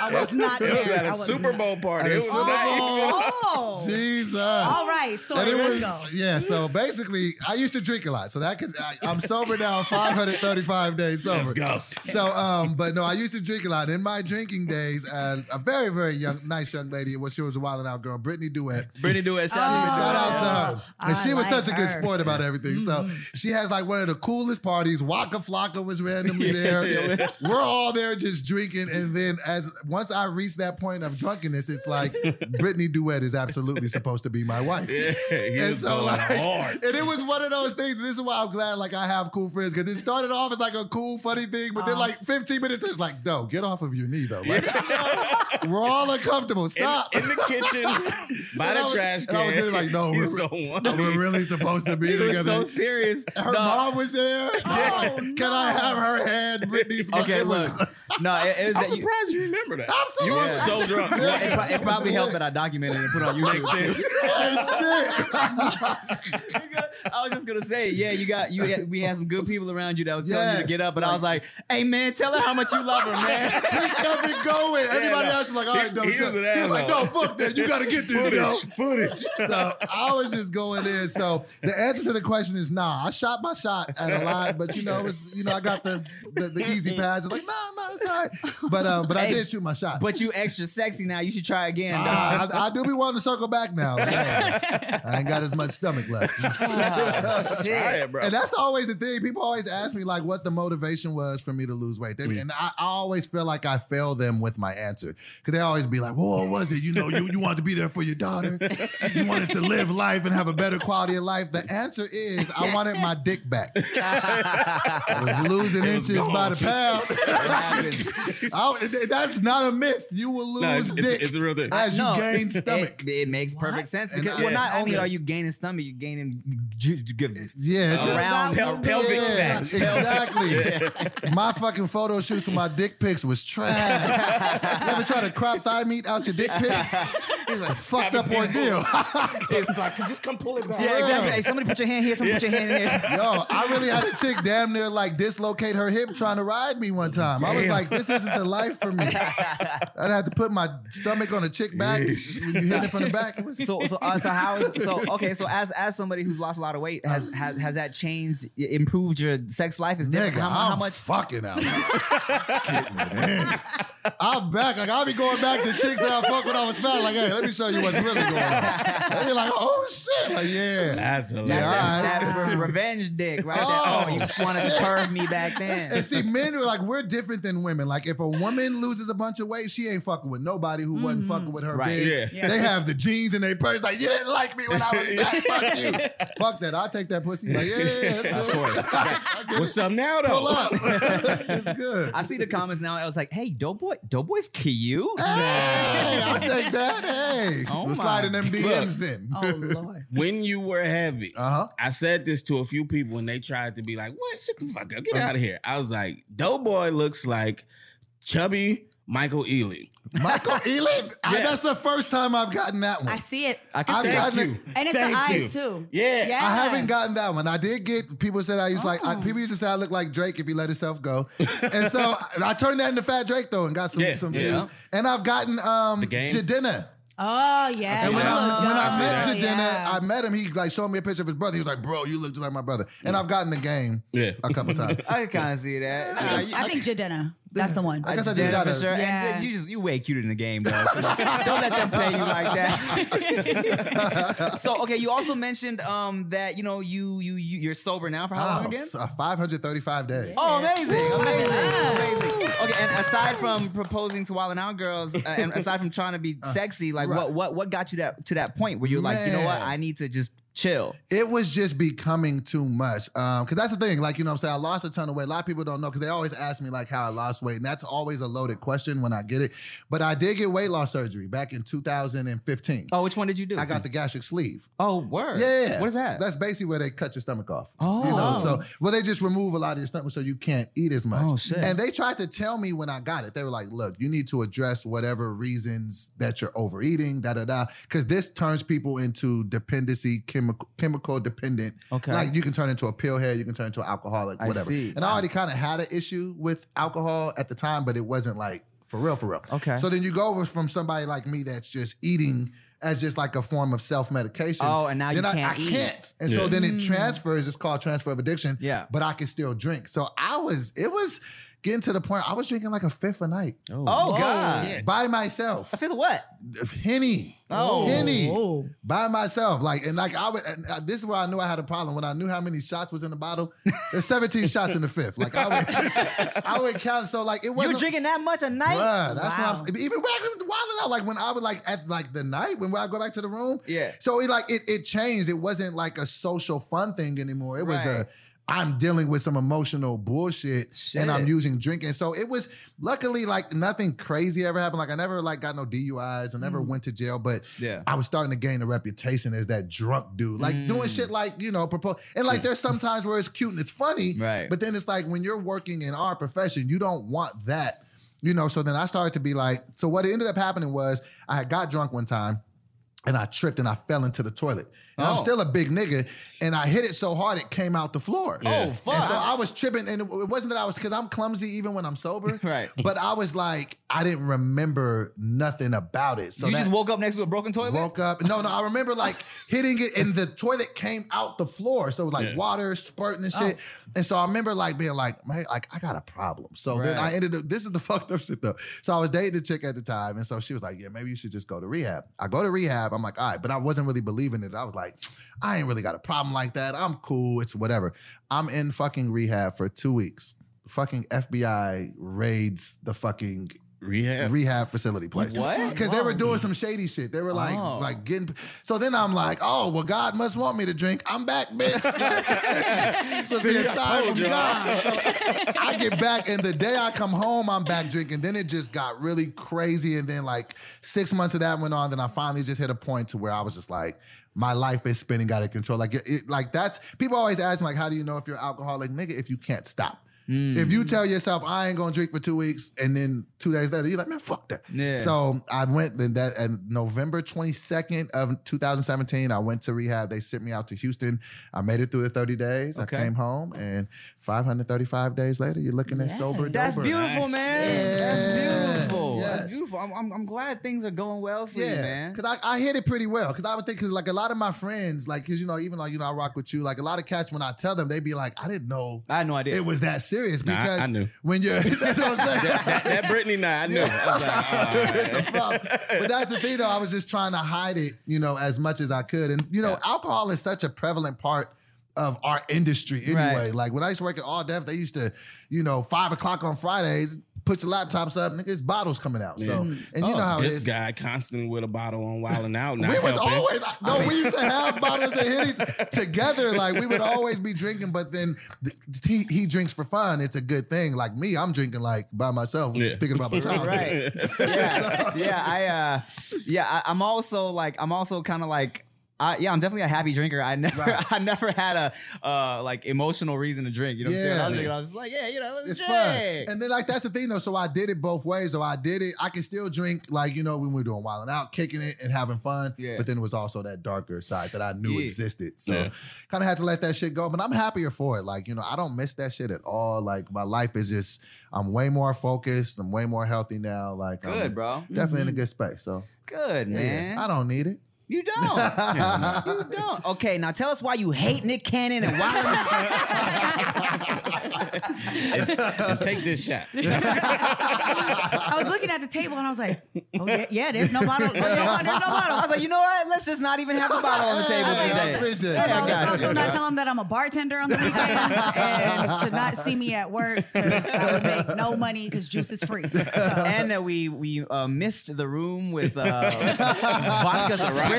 [SPEAKER 3] I was not
[SPEAKER 2] It
[SPEAKER 3] there.
[SPEAKER 2] was
[SPEAKER 3] I
[SPEAKER 2] at a
[SPEAKER 3] was
[SPEAKER 2] Super
[SPEAKER 3] not-
[SPEAKER 2] Bowl party.
[SPEAKER 4] At a
[SPEAKER 2] It was
[SPEAKER 4] Super
[SPEAKER 2] not even-
[SPEAKER 3] Oh,
[SPEAKER 4] Jesus.
[SPEAKER 3] all right. Story.
[SPEAKER 4] And it
[SPEAKER 3] Let's
[SPEAKER 4] was
[SPEAKER 3] go.
[SPEAKER 4] yeah. So basically, I used to drink a lot, so that could I, I'm sober now, 535 days sober.
[SPEAKER 2] Let's go.
[SPEAKER 4] So, um, but no, I used to drink a lot. In my drinking days, uh, a very, very young, nice young lady, well, she was a wild and out girl, Brittany Duet.
[SPEAKER 1] Brittany do it. Shout
[SPEAKER 3] Oh.
[SPEAKER 4] Shout
[SPEAKER 1] out to
[SPEAKER 4] out to her.
[SPEAKER 3] I
[SPEAKER 4] And she was
[SPEAKER 3] like
[SPEAKER 4] such a good
[SPEAKER 3] her. Mm-hmm.
[SPEAKER 4] sport about everything. So she has like one of the coolest parties. Waka Flocka was randomly
[SPEAKER 1] Yeah,
[SPEAKER 4] there. We're all there just drinking. And then as once I reach that point of drunkenness, it's like Brittany Duet is absolutely supposed to be my wife.
[SPEAKER 2] Yeah, he
[SPEAKER 4] And
[SPEAKER 2] was
[SPEAKER 4] Oh. so
[SPEAKER 2] going
[SPEAKER 4] like,
[SPEAKER 2] hard.
[SPEAKER 4] and it was one of those things. This is why I'm glad like I have cool friends because it started off as like a cool, funny thing, but then
[SPEAKER 3] Uh-huh.
[SPEAKER 4] like 15 minutes, it's like, no, get off of your knee though. Like, we're all uncomfortable.
[SPEAKER 2] In,
[SPEAKER 4] Stop.
[SPEAKER 2] in the kitchen, by
[SPEAKER 4] And
[SPEAKER 2] the
[SPEAKER 4] I was-
[SPEAKER 2] trash
[SPEAKER 4] and
[SPEAKER 2] can.
[SPEAKER 4] I was really like, no,
[SPEAKER 2] he's
[SPEAKER 4] we're-
[SPEAKER 2] so
[SPEAKER 4] we're
[SPEAKER 2] horny.
[SPEAKER 4] really supposed to be
[SPEAKER 1] It was
[SPEAKER 4] together.
[SPEAKER 1] so serious.
[SPEAKER 4] Her
[SPEAKER 1] No.
[SPEAKER 4] mom was there.
[SPEAKER 3] Oh,
[SPEAKER 4] Can
[SPEAKER 3] no.
[SPEAKER 4] I have her hand? Britney's mom.
[SPEAKER 1] Okay,
[SPEAKER 4] It was-
[SPEAKER 1] look. No, it, it was
[SPEAKER 2] I'm
[SPEAKER 1] that you.
[SPEAKER 2] surprised you remember that.
[SPEAKER 4] Absolutely.
[SPEAKER 2] You were so drunk.
[SPEAKER 4] Yeah.
[SPEAKER 1] It, pro- it probably helped that I documented it and put it on
[SPEAKER 2] Makes
[SPEAKER 1] YouTube.
[SPEAKER 2] sense.
[SPEAKER 4] Oh, shit.
[SPEAKER 1] I was just gonna say, yeah, you got you. Had, we had some good people around you that was telling you to
[SPEAKER 4] Yes.
[SPEAKER 1] get up, but I was like, hey man, tell her how much you love her, man.
[SPEAKER 4] He kept it going. Everybody
[SPEAKER 2] no.
[SPEAKER 4] else was like, all right,
[SPEAKER 2] He-
[SPEAKER 4] no.
[SPEAKER 2] he
[SPEAKER 4] chill.
[SPEAKER 2] was an
[SPEAKER 4] like, no,
[SPEAKER 2] asshole.
[SPEAKER 4] fuck that. You got to get this, yo.
[SPEAKER 2] Footage, footage.
[SPEAKER 4] So I was just going in. So the answer to the question is nah. I shot my shot at a lot, but you know, it was you know, I got the the, the easy pass. It's like, no, no, it's all right. But um, but I
[SPEAKER 1] Hey,
[SPEAKER 4] did shoot my shot.
[SPEAKER 1] But you extra sexy now. You should try again. dog.
[SPEAKER 4] Ah, I, I do be wanting to circle back now. Yeah. I ain't got as much stomach left.
[SPEAKER 1] Ah,
[SPEAKER 2] Try
[SPEAKER 1] shit.
[SPEAKER 2] it, bro.
[SPEAKER 4] And that's always the thing. People always ask me like what the motivation was for me to lose weight. They,
[SPEAKER 2] Mm.
[SPEAKER 4] And I, I always feel like I fail them with my answer. Cause they always be like, well, what was it? You know, you, you wanted to be there for your daughter. You wanted to live life and have a better quality of life. The answer is I wanted my dick back. I was losing
[SPEAKER 2] It was
[SPEAKER 4] inches by
[SPEAKER 2] gone.
[SPEAKER 4] the pound.
[SPEAKER 1] It happens.
[SPEAKER 4] I- that's not a myth. You will lose
[SPEAKER 2] no, it's,
[SPEAKER 4] dick
[SPEAKER 2] it's, it's a real thing.
[SPEAKER 4] as
[SPEAKER 1] No,
[SPEAKER 4] you gain stomach.
[SPEAKER 1] It, it makes perfect
[SPEAKER 4] What?
[SPEAKER 1] sense
[SPEAKER 4] And
[SPEAKER 1] because
[SPEAKER 4] I-
[SPEAKER 1] well, not
[SPEAKER 4] I
[SPEAKER 1] only
[SPEAKER 4] mean-
[SPEAKER 1] are you gaining stomach, you're gaining ju- ju- ju-
[SPEAKER 4] yeah, it's just,
[SPEAKER 1] around
[SPEAKER 3] Pel- pelvic
[SPEAKER 4] yeah,
[SPEAKER 1] fat.
[SPEAKER 4] exactly. My fucking photo shoots for my dick pics was trash. you ever try to crop thigh meat out your dick pic? It's a fucked up ordeal.
[SPEAKER 2] just come pull it back.
[SPEAKER 1] Yeah, exactly.
[SPEAKER 4] Yeah.
[SPEAKER 1] Hey, somebody put your hand here. Somebody put your hand here.
[SPEAKER 4] Yo, I really had a chick damn near like dislocate her hip trying to ride me one time. I was
[SPEAKER 2] Damn.
[SPEAKER 4] like, this isn't the life for me. I'd have to put my stomach on a chick back.
[SPEAKER 2] Yeesh.
[SPEAKER 4] When you hit it from the back, it was
[SPEAKER 1] So, so, uh, so how is so? Okay, so as as somebody who's lost a lot of weight, has has, has that changed, improved your sex life? Is
[SPEAKER 4] Nigga,
[SPEAKER 1] different? How,
[SPEAKER 4] I'm
[SPEAKER 1] how much?
[SPEAKER 4] fucking out. Getting it in. I'm back. Like I'll be going back to chicks that I fuck when I was fat. Like, hey, let me show you what's really going on. They be like, oh shit. Like, yeah.
[SPEAKER 2] That's a
[SPEAKER 4] Yeah,
[SPEAKER 2] lot.
[SPEAKER 4] all
[SPEAKER 1] That,
[SPEAKER 4] right.
[SPEAKER 1] that re- revenge dick, right?
[SPEAKER 4] Oh,
[SPEAKER 1] that, oh you wanted to curve me back then.
[SPEAKER 4] And see, men are like we're different than women. Like, if a woman loses a bunch of weight, she ain't fucking with nobody who wasn't fucking with her.
[SPEAKER 1] Right.
[SPEAKER 4] big.
[SPEAKER 2] Yeah.
[SPEAKER 3] Yeah.
[SPEAKER 4] They have the jeans in their purse. Like, you didn't like me when I was fat. Fuck you. Fuck that. I'll take that pussy. Like, yeah, yeah, yeah. Of
[SPEAKER 2] What's up now, though?
[SPEAKER 4] Pull up. it's good.
[SPEAKER 1] I see the comments now. I was like, "Hey, Doughboy, Doughboy's cute."
[SPEAKER 4] Hey, I'll take that. Hey,
[SPEAKER 1] Oh
[SPEAKER 4] we're
[SPEAKER 1] my
[SPEAKER 4] sliding them DMs
[SPEAKER 2] Look.
[SPEAKER 4] then.
[SPEAKER 3] Oh Lord.
[SPEAKER 2] When you were heavy,
[SPEAKER 4] Uh huh.
[SPEAKER 2] I said this to a few people and they tried to be like, what? Shut the fuck up. Get
[SPEAKER 4] Uh-huh.
[SPEAKER 2] out of here. I was like, Doughboy looks like chubby Michael Ealy.
[SPEAKER 4] Michael Ealy. I-
[SPEAKER 2] Yes.
[SPEAKER 4] that's the first time I've gotten that one.
[SPEAKER 3] I
[SPEAKER 4] I,
[SPEAKER 3] see it.
[SPEAKER 1] I
[SPEAKER 4] I've
[SPEAKER 1] can say
[SPEAKER 4] gotten
[SPEAKER 2] Thank
[SPEAKER 4] it-
[SPEAKER 2] you.
[SPEAKER 3] And it's
[SPEAKER 2] Thank
[SPEAKER 3] the eyes
[SPEAKER 2] you.
[SPEAKER 3] too.
[SPEAKER 2] Yeah.
[SPEAKER 3] Yeah.
[SPEAKER 4] haven't gotten that one. I did get people said I used like I,
[SPEAKER 3] Oh.
[SPEAKER 4] people used to say I look like Drake if he let himself go, and so I turned that into Fat Drake though and got some
[SPEAKER 2] Yeah,
[SPEAKER 4] some
[SPEAKER 2] yeah.
[SPEAKER 4] views. And I've gotten um
[SPEAKER 2] The Game.
[SPEAKER 4] Jadena.
[SPEAKER 3] Oh yeah.
[SPEAKER 4] And when I,
[SPEAKER 2] Yeah.
[SPEAKER 4] when I met
[SPEAKER 2] Yeah.
[SPEAKER 4] Jadena, I met him. He like showed me a picture of his brother. He was like, "Bro, you look just like my brother." And I've gotten the game
[SPEAKER 2] Yeah.
[SPEAKER 4] a couple times.
[SPEAKER 1] I can kind of see that.
[SPEAKER 3] I,
[SPEAKER 1] Nah,
[SPEAKER 3] think,
[SPEAKER 1] you-
[SPEAKER 3] I think Jadena. That's the one.
[SPEAKER 4] I guess I just
[SPEAKER 1] Jenna,
[SPEAKER 4] gotta.
[SPEAKER 1] for sure. And
[SPEAKER 3] Yeah.
[SPEAKER 1] you just you way cute in the game though. So don't let them play you like that. so okay, you also mentioned um that you know you you, you you're sober now for how
[SPEAKER 4] Oh,
[SPEAKER 1] long again?
[SPEAKER 4] Ah, uh, Five hundred thirty-five days.
[SPEAKER 1] Oh, amazing! amazing,
[SPEAKER 3] Ooh.
[SPEAKER 1] amazing. Okay, and aside from proposing to Wild and Out girls, uh, and aside from trying to be sexy, like what
[SPEAKER 4] Uh, right.
[SPEAKER 1] what what got you that to that point where you're like, you know what,
[SPEAKER 4] Man.
[SPEAKER 1] I need to just chill.
[SPEAKER 4] It was just becoming too much. Um, cause that's the thing. Like, you know what I'm saying? I lost a ton of weight. A lot of people don't know because they always ask me like how I lost weight. And that's always a loaded question when I get it. But I did get weight loss surgery back in 2015.
[SPEAKER 1] Oh, which one did you do?
[SPEAKER 4] I got the gastric sleeve.
[SPEAKER 1] Oh, word.
[SPEAKER 4] Yeah.
[SPEAKER 1] What is that?
[SPEAKER 4] That's basically where they cut your stomach off.
[SPEAKER 1] Oh.
[SPEAKER 4] You know, so well, they just remove a lot of your stomach so you can't eat as much.
[SPEAKER 1] Oh, shit.
[SPEAKER 4] And they tried to tell me when I got it. They were like, look, you need to address whatever reasons that you're overeating, da da da. Cause this turns people into dependency, chemical chemical dependent.
[SPEAKER 1] Okay.
[SPEAKER 4] Like you can turn into a pill head, you can turn into an alcoholic,
[SPEAKER 1] I
[SPEAKER 4] whatever.
[SPEAKER 1] see. Uh-huh.
[SPEAKER 4] And I already kind of had an issue with alcohol at the time, but it wasn't like for real, for real.
[SPEAKER 1] Okay.
[SPEAKER 4] So then you go over from somebody like me that's just eating as just like a form of self medication.
[SPEAKER 1] Oh, and now you
[SPEAKER 4] then I,
[SPEAKER 1] can't
[SPEAKER 4] I
[SPEAKER 1] eat.
[SPEAKER 4] can't. And so
[SPEAKER 2] Yeah.
[SPEAKER 4] then it transfers. It's called transfer of addiction.
[SPEAKER 1] Yeah.
[SPEAKER 4] But I can still drink. So I was, it was, getting to the point I was drinking like a fifth a night
[SPEAKER 1] Oh, God.
[SPEAKER 2] yeah.
[SPEAKER 4] by myself.
[SPEAKER 1] I feel what?
[SPEAKER 4] Henny.
[SPEAKER 1] Oh.
[SPEAKER 4] Henny.
[SPEAKER 5] Oh.
[SPEAKER 4] By myself. Like, and like, I would, and uh, this is where I knew I had a problem when I knew how many shots was in the bottle. There's 17 shots in the fifth. Like, I would, I would count. So, like, it
[SPEAKER 1] You
[SPEAKER 4] wasn't.
[SPEAKER 1] drinking that much a night?
[SPEAKER 4] Bruh, that's
[SPEAKER 3] Wow.
[SPEAKER 4] what I'm even wilding out. Like when I would like at like the night when I go back to the room.
[SPEAKER 1] Yeah.
[SPEAKER 4] So it like it it changed. It wasn't like a social fun thing anymore. It was
[SPEAKER 1] Right.
[SPEAKER 4] a I'm dealing with some emotional bullshit
[SPEAKER 1] Shit.
[SPEAKER 4] and I'm using drinking. So it was luckily like nothing crazy ever happened. Like I never like got no DUIs. I
[SPEAKER 1] Mm.
[SPEAKER 4] never went to jail, but
[SPEAKER 1] Yeah.
[SPEAKER 4] I was starting to gain a reputation as that drunk dude, like doing
[SPEAKER 1] Mm.
[SPEAKER 4] shit like you know propose. And like there's some times where it's cute and it's funny,
[SPEAKER 1] Right.
[SPEAKER 4] But then it's like when you're working in our profession, you don't want that, you know. So then I started to be like, so what ended up happening was I had got drunk one time. And I tripped and I fell into the toilet. And I'm
[SPEAKER 1] Oh.
[SPEAKER 4] still a big nigga, and I hit it so hard it came out the floor.
[SPEAKER 1] Oh, fuck.
[SPEAKER 4] And so I was tripping, and it it wasn't that I was because I'm clumsy even when I'm sober.
[SPEAKER 1] Right.
[SPEAKER 4] But I was like, I didn't remember nothing about it. So
[SPEAKER 1] you
[SPEAKER 4] that,
[SPEAKER 1] just woke up next to a broken toilet?
[SPEAKER 4] Woke up. No, no, I remember like hitting it and the toilet came out the floor. So it was like
[SPEAKER 2] Yeah.
[SPEAKER 4] water spurting and shit.
[SPEAKER 1] Oh.
[SPEAKER 4] And so I remember like being like, man, like I got a problem. So then I
[SPEAKER 1] Right.
[SPEAKER 4] ended up, this is the fucked up shit though. So I was dating a chick at the time. And so she was like, yeah, maybe you should just go to rehab. I go to rehab. I'm like, all right. But I wasn't really believing it. I was like, I ain't really got a problem like that. I'm cool. It's whatever. I'm in fucking rehab for two weeks. Fucking FBI raids the fucking
[SPEAKER 2] Rehab.
[SPEAKER 4] rehab facility place.
[SPEAKER 1] What? fuck?
[SPEAKER 4] Because they were doing some shady shit. They were like,
[SPEAKER 1] Oh.
[SPEAKER 4] like getting. So then I'm like, oh well, God must want me to drink. I'm back, bitch. so
[SPEAKER 2] See,
[SPEAKER 4] the
[SPEAKER 2] I
[SPEAKER 4] sign
[SPEAKER 2] told
[SPEAKER 4] from
[SPEAKER 2] y'all.
[SPEAKER 4] God. So I get back, and the day I come home, I'm back drinking. Then it just got really crazy, and then like six months of that went on. Then I finally just hit a point to where I was just like. My life is spinning out of control. Like, it, it- like that's people always ask me, like, how do you know if you're alcoholic, nigga? If you can't stop, if you tell yourself I ain't gonna drink for two weeks, and then two days later you're like, man, fuck that.
[SPEAKER 1] Yeah.
[SPEAKER 4] So I went and that and November 22nd of 2017, I went to rehab. They sent me out to Houston. I made it through the 30 days.
[SPEAKER 1] Okay.
[SPEAKER 4] I came home, and 535 days later, you're looking at
[SPEAKER 3] Yeah.
[SPEAKER 4] sober.
[SPEAKER 1] That's
[SPEAKER 4] dober.
[SPEAKER 1] beautiful,
[SPEAKER 2] Nice.
[SPEAKER 1] man.
[SPEAKER 4] Yeah.
[SPEAKER 1] That's beautiful.
[SPEAKER 4] Yes.
[SPEAKER 1] That's beautiful. I'm, I'm, I'm glad things are going well for you,
[SPEAKER 4] Yeah,
[SPEAKER 1] man.
[SPEAKER 4] because I, I hit it pretty well. Because I would think, because like a lot of my friends, like, because you know, even like you know, I rock with you. Like a lot of cats, when I tell them, they be like, I didn't know
[SPEAKER 1] I had no idea.
[SPEAKER 4] it was that serious.
[SPEAKER 2] Nah, I-
[SPEAKER 4] Because
[SPEAKER 2] I knew.
[SPEAKER 4] when you're, that's what I'm saying.
[SPEAKER 2] that, that Britney night, I knew. I was like, all right.
[SPEAKER 4] it's a problem. But that's the thing, though. I was just trying to hide it, you know, as much as I could. And you know, alcohol is such a prevalent part of our industry anyway.
[SPEAKER 1] Right.
[SPEAKER 4] Like when I used to work at All Def, they used to, you know, five o'clock on Fridays, put your laptops up, nigga, it's bottles coming out. So, and
[SPEAKER 1] Mm-hmm.
[SPEAKER 4] you know how it
[SPEAKER 2] Oh, this
[SPEAKER 4] is.
[SPEAKER 2] guy constantly with a bottle on wilding out. Not
[SPEAKER 4] we was
[SPEAKER 2] helping.
[SPEAKER 4] always no. we used to have bottles of Henny together. Like we would always be drinking, but then th- he he drinks for fun. It's a good thing. Like me, I'm drinking like by myself,
[SPEAKER 2] Yeah.
[SPEAKER 4] thinking about my child.
[SPEAKER 1] right. Yeah. yeah. I uh yeah, I, I'm also like I'm also kind of like I, yeah, I'm definitely a happy drinker. I never, I never had a uh, like emotional reason to drink. You know what I'm saying?
[SPEAKER 4] Yeah.
[SPEAKER 1] I was, drinking, I was just like, yeah, you know, let's
[SPEAKER 4] it's
[SPEAKER 1] drink.
[SPEAKER 4] fun. And then like that's the thing though. So I did it both ways. So I did it. I can still drink like you know when we were doing wilding out, kicking it and having fun.
[SPEAKER 1] Yeah.
[SPEAKER 4] But then it was also that darker side that I knew
[SPEAKER 1] Yeah.
[SPEAKER 4] existed. So
[SPEAKER 2] Yeah.
[SPEAKER 4] kind of had to let that shit go. But I'm happier for it. Like you know I don't miss that shit at all. Like my life is just I'm way more focused. I'm way more healthy now. Like I'm
[SPEAKER 1] Good, bro.
[SPEAKER 4] Definitely in a good space. So
[SPEAKER 1] Good,
[SPEAKER 4] yeah,
[SPEAKER 1] man.
[SPEAKER 4] I don't need it.
[SPEAKER 1] You don't. you don't. Okay, now tell us why you hate Nick Cannon and why.
[SPEAKER 2] And take this shot.
[SPEAKER 3] I was looking at the table and I was like, oh, yeah, yeah there's no bottle. There's no, there's no
[SPEAKER 1] I
[SPEAKER 3] bottle.
[SPEAKER 1] was like, you know what? Let's just not even have a bottle on the table
[SPEAKER 4] Hey, I
[SPEAKER 1] today.
[SPEAKER 4] appreciate
[SPEAKER 1] Yeah, I
[SPEAKER 4] it.
[SPEAKER 3] Well,
[SPEAKER 1] got
[SPEAKER 3] let's
[SPEAKER 1] you.
[SPEAKER 3] also not tell them that I'm a bartender on the weekends and to not see me at work because I would make no money because juice is free. So,
[SPEAKER 1] and that we we uh, missed the room with uh, vodka spritz.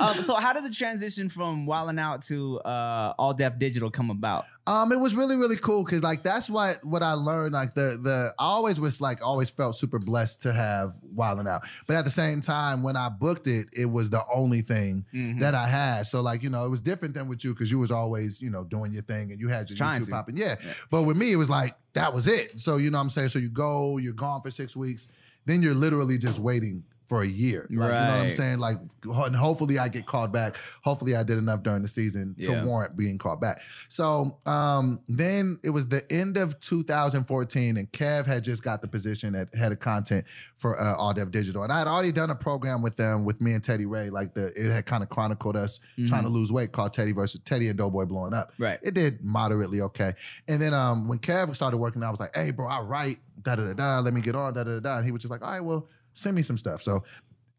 [SPEAKER 1] Um, so how did the transition from Wildin' Out to uh, All Deaf Digital come about?
[SPEAKER 4] Um, it was really really cool because like that's what what I learned. Like the the I always was like always felt super blessed to have Wildin' Out, but at the same time when I booked it, it was the only thing
[SPEAKER 1] Mhm.
[SPEAKER 4] that I had. So like you know it was different than with you because you was always you know doing your thing and you had your
[SPEAKER 1] Just trying
[SPEAKER 4] YouTube
[SPEAKER 1] to.
[SPEAKER 4] popping. Yeah.
[SPEAKER 1] Yeah.
[SPEAKER 4] but with me it was like that was it. So you know what I'm saying. So you go, you're gone for six weeks, then you're literally just waiting. For a year, like, you know what I'm
[SPEAKER 1] Right.
[SPEAKER 4] saying? Like, ho- and hopefully I get called back. Hopefully I did enough during the season
[SPEAKER 1] Yeah.
[SPEAKER 4] to warrant being called back. So um, then it was the end of 2014, and Kev had just got the position at head of content for uh, All Dev Digital, and I had already done a program with them with me and Teddy Ray. Like the it had kind of chronicled us
[SPEAKER 1] Mm-hmm.
[SPEAKER 4] trying to lose weight, called Teddy versus Teddy and Doughboy blowing up.
[SPEAKER 1] Right.
[SPEAKER 4] It did moderately okay. And then um, when Kev started working, I was like, "Hey, bro, I write da da da da. Let me get on da da da da." And he was just like, "All right, well, send me some stuff." So.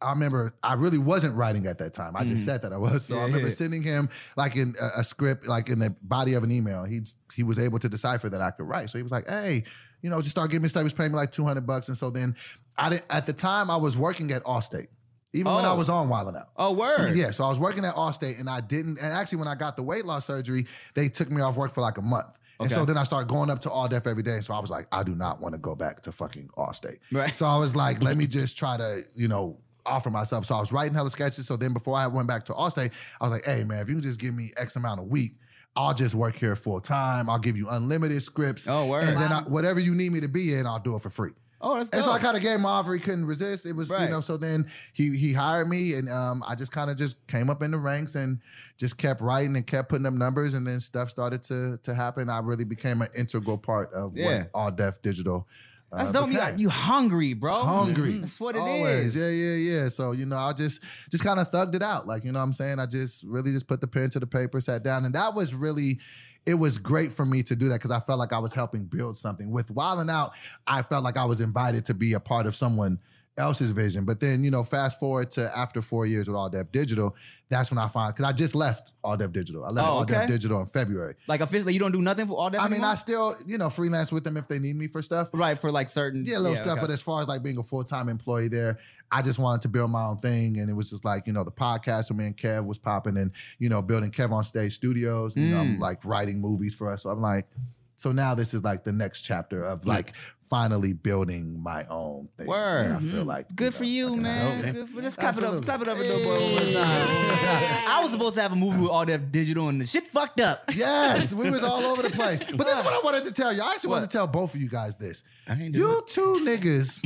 [SPEAKER 4] I remember I really wasn't writing at that time. I just
[SPEAKER 1] Mhm.
[SPEAKER 4] said that I was. So I
[SPEAKER 1] Yeah,
[SPEAKER 4] remember
[SPEAKER 1] yeah.
[SPEAKER 4] sending him like in a, a script, like in the body of an email. He he was able to decipher that I could write. So he was like, "Hey, you know, just start giving me stuff." He was paying me like two hundred bucks, and so then I didn't. At the time, I was working at Allstate, even when I
[SPEAKER 1] Oh.
[SPEAKER 4] was on Wildin' Out.
[SPEAKER 1] Oh, word.
[SPEAKER 4] Yeah, so I was working at Allstate and I didn't. And actually, when I got the weight loss surgery, they took me off work for like a month. And so
[SPEAKER 1] Okay.
[SPEAKER 4] then I started going up to All Def every day. So I was like, I do not want to go back to fucking Allstate.
[SPEAKER 1] Right.
[SPEAKER 4] So I was like, let me just try to, you know, offer myself. So I was writing hella sketches. So then before I went back to Allstate, I was like, hey, man, if you can just give me X amount a week, I'll just work here full time. I'll give you unlimited scripts.
[SPEAKER 1] Oh, word.
[SPEAKER 4] And then I, whatever you need me to be in, I'll do it for free.
[SPEAKER 1] oh, that's dope.
[SPEAKER 4] And so I kind of gave him an offer he couldn't resist. It was you
[SPEAKER 1] Right.
[SPEAKER 4] know. So then he he hired me, and um, I just kind of just came up in the ranks and just kept writing and kept putting up numbers, and then stuff started to to happen. I really became an integral part of
[SPEAKER 1] Yeah.
[SPEAKER 4] what All Deaf Digital. uh,
[SPEAKER 1] That's dope. You,
[SPEAKER 4] became.
[SPEAKER 1] you hungry, bro.
[SPEAKER 4] Hungry.
[SPEAKER 1] Oh, That's what it is.
[SPEAKER 4] Always. Yeah, yeah, yeah. So, you know, I just just kind of thugged it out. Like, you know what I'm saying? I just really just put the pen to the paper, sat down. And that was really, it was great for me to do that because I felt like I was helping build something. With Wildin' Out, I felt like I was invited to be a part of someone else's vision. But then, you know, fast forward to after four years with All Dev Digital, that's when I find because I just left All Dev Digital. I left
[SPEAKER 1] Oh,
[SPEAKER 4] All Dev
[SPEAKER 1] okay.
[SPEAKER 4] Digital in February.
[SPEAKER 1] Like officially, you don't do nothing for all that.
[SPEAKER 4] I mean,
[SPEAKER 1] anymore?
[SPEAKER 4] I still, you know, freelance with them if they need me for stuff.
[SPEAKER 1] right for like certain.
[SPEAKER 4] Yeah, little stuff.
[SPEAKER 1] okay.
[SPEAKER 4] But as far as like being a full time employee there, I just wanted to build my own thing, and it was just like you know the podcast with me and Kev was popping, and you know building Kev on Stage Studios. You know, I'm
[SPEAKER 1] Mm.
[SPEAKER 4] like writing movies for us. So I'm like, so now this is like the next chapter of like finally building my own thing.
[SPEAKER 1] Word. Mm-hmm.
[SPEAKER 4] And I feel like
[SPEAKER 1] Good for
[SPEAKER 4] know,
[SPEAKER 1] you,
[SPEAKER 4] like,
[SPEAKER 1] man.
[SPEAKER 2] man.
[SPEAKER 1] Good for, let's clap it up.
[SPEAKER 4] Absolutely.
[SPEAKER 1] Clap it up for Dope Boy one more time.
[SPEAKER 4] Hey.
[SPEAKER 1] I was supposed to have a movie with all that digital and the shit fucked up.
[SPEAKER 4] Yes, we was all over the place. But this is what I wanted to tell you. I actually wanted
[SPEAKER 1] What?
[SPEAKER 4] to tell both of you guys this.
[SPEAKER 2] I ain't doing
[SPEAKER 4] You two niggas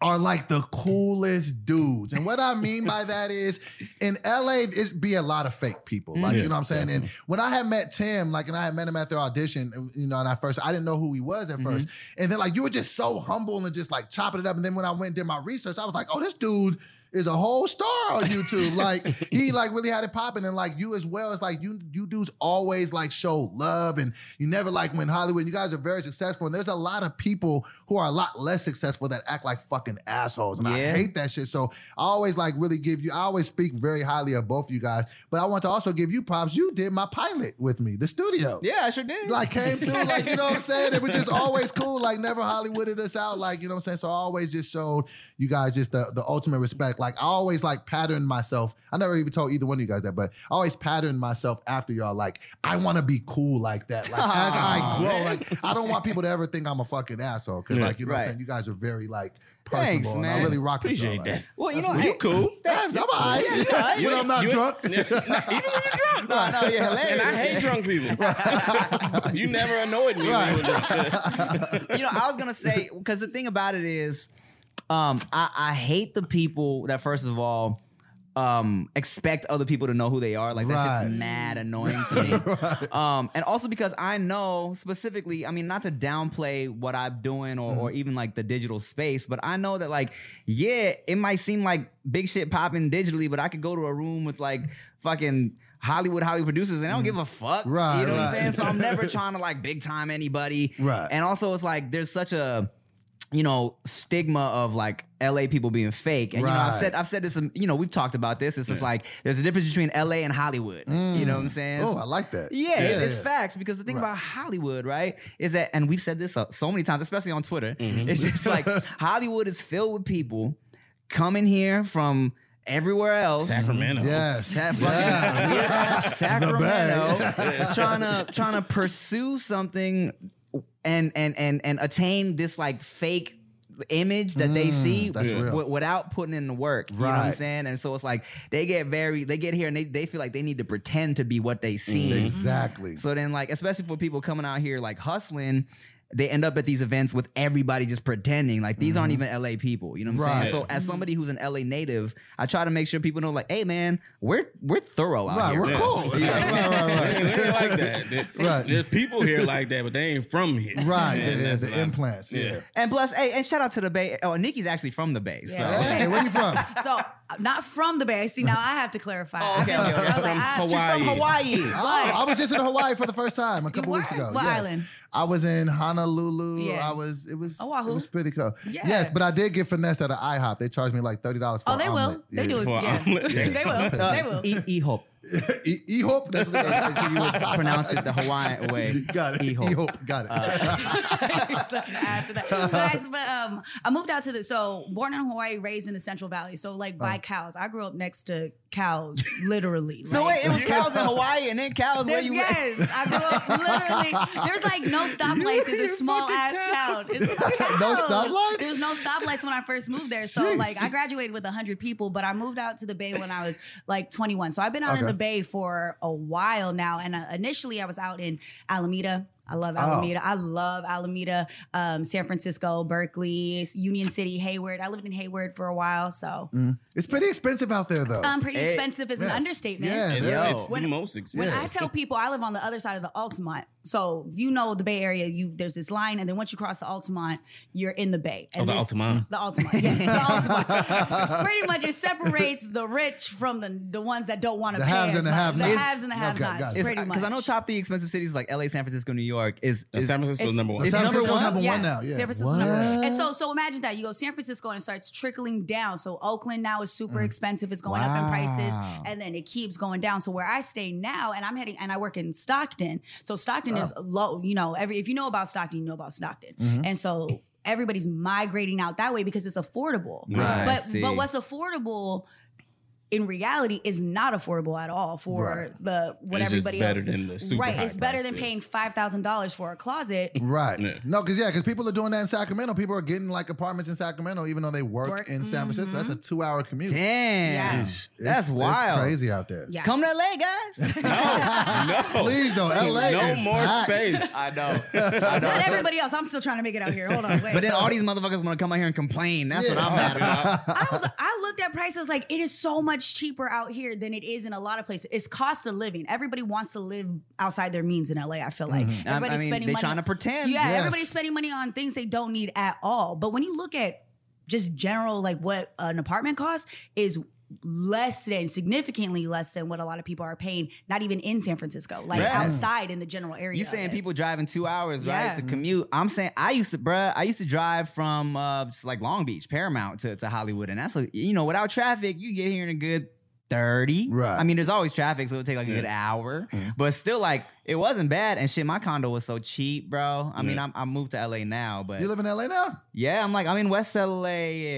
[SPEAKER 4] are like the coolest dudes. And what I mean by that is in LA, it be a lot of fake people. Like, you know what I'm saying? And when I had met Tim, like, and I had met him at their audition, you know, and I first, I didn't know who he was at first. And then, like, you were just so humble and just like chopping it up. And then when I went and did my research, I was like, oh, this dude. Is a whole star on YouTube. Like he like really had it popping, and like you as well. It's like you you dudes always like show love, and you never like when Hollywood. You guys are very successful, and there's a lot of people who are a lot less successful that act like fucking assholes, and I
[SPEAKER 1] Yeah.
[SPEAKER 4] hate that shit. So I always like really give you. I always speak very highly of both of you guys, but I want to also give you props. You did my pilot with me, the studio.
[SPEAKER 1] Yeah, I sure did.
[SPEAKER 4] Like came through, like you know what I'm saying. It was just always cool, like never Hollywooded us out, like you know what I'm saying. So I always just showed you guys just the, the ultimate respect. Like I always like patterned myself. I never even told either one of you guys that, but I always patterned myself after y'all. Like I want to be cool like that. Like as I
[SPEAKER 1] Aw,
[SPEAKER 4] grow,
[SPEAKER 1] man.
[SPEAKER 4] like I don't want people to ever think I'm a fucking asshole because
[SPEAKER 2] Yeah.
[SPEAKER 4] like you know what I'm
[SPEAKER 1] Right.
[SPEAKER 4] saying. You guys are very like personable,
[SPEAKER 1] Thanks,
[SPEAKER 4] and I
[SPEAKER 1] man.
[SPEAKER 4] really rock with y'all,
[SPEAKER 2] Appreciate
[SPEAKER 4] like
[SPEAKER 2] that.
[SPEAKER 1] well, you know,
[SPEAKER 2] You
[SPEAKER 1] hey,
[SPEAKER 2] cool.
[SPEAKER 4] I'm all right.
[SPEAKER 1] Yeah, you're all right.
[SPEAKER 4] when I'm not
[SPEAKER 2] You-
[SPEAKER 4] drunk.
[SPEAKER 2] Even when you're drunk.
[SPEAKER 1] no, no, you're hilarious.
[SPEAKER 2] And I hate drunk people. you never annoyed me. When you was drunk.
[SPEAKER 1] you know, I was gonna say because the thing about it is, um, I, I hate the people that first of all um expect other people to know who they are. Like that's
[SPEAKER 4] Right.
[SPEAKER 1] just mad annoying to me. Um, and also because I know specifically, I mean, not to downplay what I'm doing or,
[SPEAKER 4] Mm-hmm.
[SPEAKER 1] or even like the digital space, but I know that like, yeah, it might seem like big shit popping digitally, but I could go to a room with like fucking Hollywood, Hollywood producers, and I don't give a fuck.
[SPEAKER 4] Mm-hmm. Right,
[SPEAKER 1] You know what I'm
[SPEAKER 4] right.
[SPEAKER 1] saying? So I'm never trying to like big time anybody.
[SPEAKER 4] Right.
[SPEAKER 1] And also, it's like there's such a you know stigma of like LA people being fake, and you know I've
[SPEAKER 4] Right.
[SPEAKER 1] said I've said this. um, You know we've talked about this. It's just like there's a difference between LA and Hollywood. You know what I'm saying?
[SPEAKER 4] Oh, I like that.
[SPEAKER 1] Yeah, it- it's
[SPEAKER 4] yeah.
[SPEAKER 1] facts because the thing
[SPEAKER 4] Right.
[SPEAKER 1] about Hollywood, right, is that, and we've said this uh, so many times, especially on Twitter,
[SPEAKER 4] Mm-hmm.
[SPEAKER 1] it's just like Hollywood is filled with people coming here from everywewhere else.
[SPEAKER 2] Sacramento.
[SPEAKER 4] Yes.
[SPEAKER 1] Sa- fucking
[SPEAKER 4] Yeah.
[SPEAKER 1] weird ass
[SPEAKER 4] Bay.
[SPEAKER 1] Sacramento, trying to trying to pursue something and and and and attain this like fake image that they see
[SPEAKER 4] Mm, that's
[SPEAKER 1] wi-
[SPEAKER 4] real.
[SPEAKER 1] without putting in the work. You know what I'm
[SPEAKER 4] Right.
[SPEAKER 1] saying? And so it's like they get very they get here and they, they feel like they need to pretend to be what they
[SPEAKER 4] Mm.
[SPEAKER 1] seem.
[SPEAKER 4] Exactly.
[SPEAKER 1] So then, like, especially for people coming out here like hustling, they end up at these events with everybody just pretending. Like these aren't even LA people. You know what I'm
[SPEAKER 4] Right.
[SPEAKER 1] saying? So as somebody who's an LA native, I try to make sure people know, like, hey man, we're we're thorough out
[SPEAKER 4] Right,
[SPEAKER 1] here.
[SPEAKER 4] we're cool. Yeah, right,
[SPEAKER 2] They,
[SPEAKER 4] right,
[SPEAKER 2] they
[SPEAKER 4] right.
[SPEAKER 2] like that. They-
[SPEAKER 4] Right.
[SPEAKER 2] There's people here like that, but they ain't from here.
[SPEAKER 4] Right,
[SPEAKER 2] And
[SPEAKER 4] yeah,
[SPEAKER 2] that's a
[SPEAKER 4] the
[SPEAKER 2] lot.
[SPEAKER 4] implants. Yeah.
[SPEAKER 1] And plus, hey, and shout out to the Bay. Oh, Nikki's actually from the Bay. So
[SPEAKER 3] Yeah.
[SPEAKER 4] Hey, where you from?
[SPEAKER 3] So not from the Bay. See, now I have to clarify.
[SPEAKER 1] Oh, okay, okay, okay.
[SPEAKER 3] I was like,
[SPEAKER 2] From
[SPEAKER 3] I,
[SPEAKER 2] Hawaii.
[SPEAKER 1] she's from Hawaii.
[SPEAKER 4] Oh, I was just in Hawaii for the first time a couple
[SPEAKER 3] were?
[SPEAKER 4] weeks ago.
[SPEAKER 3] What
[SPEAKER 4] yes.
[SPEAKER 3] island?
[SPEAKER 4] I was in Honolulu.
[SPEAKER 3] Yeah.
[SPEAKER 4] I was. It was.
[SPEAKER 3] Oahu.
[SPEAKER 4] It was pretty cool.
[SPEAKER 3] Yeah.
[SPEAKER 4] Yes, but I did get finessed at an IHOP. They charged me like thirty dollars for.
[SPEAKER 3] Oh, they
[SPEAKER 4] an
[SPEAKER 3] will.
[SPEAKER 4] omelet.
[SPEAKER 3] They do it.
[SPEAKER 2] For an
[SPEAKER 3] Yeah.
[SPEAKER 2] omelet.
[SPEAKER 3] they will. They will.
[SPEAKER 1] E, e hope.
[SPEAKER 4] E, e hope. That's what they
[SPEAKER 1] If you would pronounce it the Hawaiian way.
[SPEAKER 4] Got it.
[SPEAKER 1] E hope.
[SPEAKER 4] Got it.
[SPEAKER 3] Uh, You're such an ass for that. But, I, but um, I moved out to the so born in Hawaii, raised in the Central Valley. So like by cows, I grew up next to cows, literally.
[SPEAKER 1] So
[SPEAKER 3] like-
[SPEAKER 1] wait, it was cows in Hawaii, and then cows where
[SPEAKER 3] There's,
[SPEAKER 1] you at?
[SPEAKER 3] yes, I grew up literally. There's like no stoplights in this small ass town. It's cows.
[SPEAKER 4] No stoplights?
[SPEAKER 3] There's no stoplights when I first moved there. So
[SPEAKER 4] Jeez.
[SPEAKER 3] like I graduated with 100 people, but I moved out to the Bay when I was like 21. So I've been out in
[SPEAKER 4] Okay.
[SPEAKER 3] the Bay for a while now. And uh, initially I was out in Alameda. I love
[SPEAKER 4] Oh.
[SPEAKER 3] Alameda. I love Alameda, um, San Francisco, Berkeley, Union City, Hayward. I lived in Hayward for a while, so
[SPEAKER 4] It's pretty expensive out there though.
[SPEAKER 3] um, pretty
[SPEAKER 1] Hey.
[SPEAKER 3] expensive is
[SPEAKER 4] Oh. Yes.
[SPEAKER 3] an understatement.
[SPEAKER 4] Yeah.
[SPEAKER 2] It's,
[SPEAKER 1] Yo.
[SPEAKER 2] it's the
[SPEAKER 3] When-
[SPEAKER 2] most
[SPEAKER 3] When
[SPEAKER 2] expensive.
[SPEAKER 3] I tell people I live on the other side of the Altamont, so you know the Bay Area, you there's this line, and then once you cross the Altamont, you're in the Bay. And
[SPEAKER 2] Oh, the
[SPEAKER 3] this-
[SPEAKER 2] Altamont.
[SPEAKER 3] The Altamont. yeah, the Altamont. Pretty much it separates the rich from the the ones that don't want to
[SPEAKER 4] The
[SPEAKER 3] pay.
[SPEAKER 4] haves
[SPEAKER 3] as
[SPEAKER 4] and the
[SPEAKER 3] much.
[SPEAKER 4] have-nots.
[SPEAKER 3] The haves and the
[SPEAKER 4] Okay,
[SPEAKER 3] have nots.
[SPEAKER 4] got it.
[SPEAKER 3] pretty much.
[SPEAKER 1] Because uh, I know top three expensive cities like LA, San Francisco, New York is,
[SPEAKER 2] And
[SPEAKER 1] is
[SPEAKER 2] San Francisco's
[SPEAKER 3] it's-
[SPEAKER 2] number one.
[SPEAKER 1] it's
[SPEAKER 4] San
[SPEAKER 1] number one?
[SPEAKER 4] Francisco's number one now. Yeah.
[SPEAKER 3] San Francisco
[SPEAKER 4] What?
[SPEAKER 3] number one. And so, so imagine that you go San Francisco and it starts trickling down. So Oakland now is
[SPEAKER 4] Mm.
[SPEAKER 3] super expensive. It's going up in prices,
[SPEAKER 1] Wow.
[SPEAKER 3] and then it keeps going down. So where I stay now, and I'm heading, and I work in Stockton. So Stockton is low. You know, every if you know about Stockton, you know about Stockton.
[SPEAKER 1] Mm-hmm.
[SPEAKER 4] Mm-hmm.
[SPEAKER 3] And so everybody's migrating out that way because it's affordable.
[SPEAKER 1] Right. I
[SPEAKER 3] But
[SPEAKER 1] see.
[SPEAKER 3] but what's affordable? In reality, is not affordable at all for
[SPEAKER 4] Right.
[SPEAKER 3] the what
[SPEAKER 2] It's just
[SPEAKER 3] everybody
[SPEAKER 2] better
[SPEAKER 3] else.
[SPEAKER 2] than the super
[SPEAKER 3] right,
[SPEAKER 2] high
[SPEAKER 3] it's better than
[SPEAKER 2] prices.
[SPEAKER 3] paying five thousand dollars for a closet
[SPEAKER 1] Mm.
[SPEAKER 4] Right.
[SPEAKER 2] Yeah.
[SPEAKER 4] No, because yeah, because people are doing that in Sacramento. People are getting like apartments in Sacramento, even though they work,
[SPEAKER 3] Work,
[SPEAKER 4] in San Francisco. That's a two-hour commute.
[SPEAKER 1] Mm-hmm. damn.
[SPEAKER 3] Yeah.
[SPEAKER 4] It's-
[SPEAKER 1] That's wild.
[SPEAKER 4] It's crazy out there.
[SPEAKER 3] Yeah.
[SPEAKER 1] Come to LA, guys.
[SPEAKER 2] no, no.
[SPEAKER 4] Please though, LA.
[SPEAKER 2] Oh. no
[SPEAKER 4] is
[SPEAKER 2] more
[SPEAKER 4] packed.
[SPEAKER 2] space.
[SPEAKER 1] I know. I know.
[SPEAKER 3] Not everybody else. I'm still trying to make it out here. Hold on. Wait.
[SPEAKER 1] But then all these motherfuckers want to come out here and complain. That's what
[SPEAKER 4] Yeah.
[SPEAKER 1] I'm
[SPEAKER 2] Oh,
[SPEAKER 1] mad about.
[SPEAKER 3] I was I looked at prices I was like it is so much cheaper out here than it is in a lot of places. It's cost of living. Everybody wants to live outside their means in LA. I feel like
[SPEAKER 1] Mm-hmm. Um, I-
[SPEAKER 3] everybody's
[SPEAKER 1] I mean,
[SPEAKER 3] spending
[SPEAKER 1] they
[SPEAKER 3] money.
[SPEAKER 1] trying to pretend.
[SPEAKER 3] yeah,
[SPEAKER 4] Yes.
[SPEAKER 3] everybody's spending money on things they don't need at all. But when you look at just general like what an apartment costs is less than significantly less than what a lot of people are paying. Not even in San Francisco, like
[SPEAKER 1] Yeah.
[SPEAKER 3] outside in the general area.
[SPEAKER 1] You
[SPEAKER 3] of
[SPEAKER 1] saying
[SPEAKER 3] it.
[SPEAKER 1] people driving two hours,
[SPEAKER 3] Yeah.
[SPEAKER 1] right, to commute? I'm saying I used to, bruh, I used to drive from uh, just like Long Beach, Paramount to, to Hollywood, and that's like, you know, without traffic, you get here in a good thirty.
[SPEAKER 4] Right. Mm-hmm.
[SPEAKER 1] I mean, there's always traffic, so it would take like a
[SPEAKER 2] Yeah.
[SPEAKER 1] good hour, but still, like, it wasn't bad. And shit, my condo was so cheap, bro. I mean,
[SPEAKER 2] Yeah.
[SPEAKER 1] I'm, I moved to LA now, but
[SPEAKER 4] You live in LA now?
[SPEAKER 1] yeah, I'm like, I'm in West LA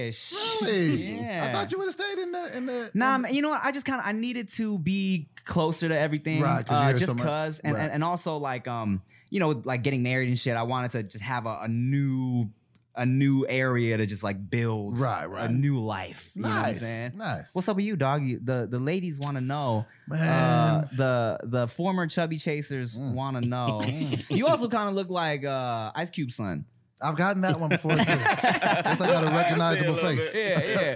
[SPEAKER 1] ish.
[SPEAKER 4] Really?
[SPEAKER 1] Yeah.
[SPEAKER 4] I thought you would have stayed in the in the.
[SPEAKER 1] Nah,
[SPEAKER 4] in-
[SPEAKER 1] man, you know what? I just kind of I needed to be closer to everything,
[SPEAKER 4] Right, 'cause you
[SPEAKER 1] Uh,
[SPEAKER 4] hear so
[SPEAKER 1] just
[SPEAKER 4] much.
[SPEAKER 1] cause, and,
[SPEAKER 4] Right.
[SPEAKER 1] and and also like um, you know, like getting married and shit. I wanted to just have a, a new a new area to just like build,
[SPEAKER 4] Right, right.
[SPEAKER 1] a new life. You know what I'm
[SPEAKER 4] nice,
[SPEAKER 1] saying?
[SPEAKER 4] nice.
[SPEAKER 1] What's up with you, dog? You, the the ladies want to know.
[SPEAKER 4] Man. Mm.
[SPEAKER 1] Uh, the the former chubby chasers want to know. you also kind of look like uh, Ice Cube son.
[SPEAKER 4] I've gotten that one before too. It's like got a
[SPEAKER 2] I see a
[SPEAKER 4] recognizable
[SPEAKER 2] little
[SPEAKER 4] face.
[SPEAKER 1] Yeah, yeah.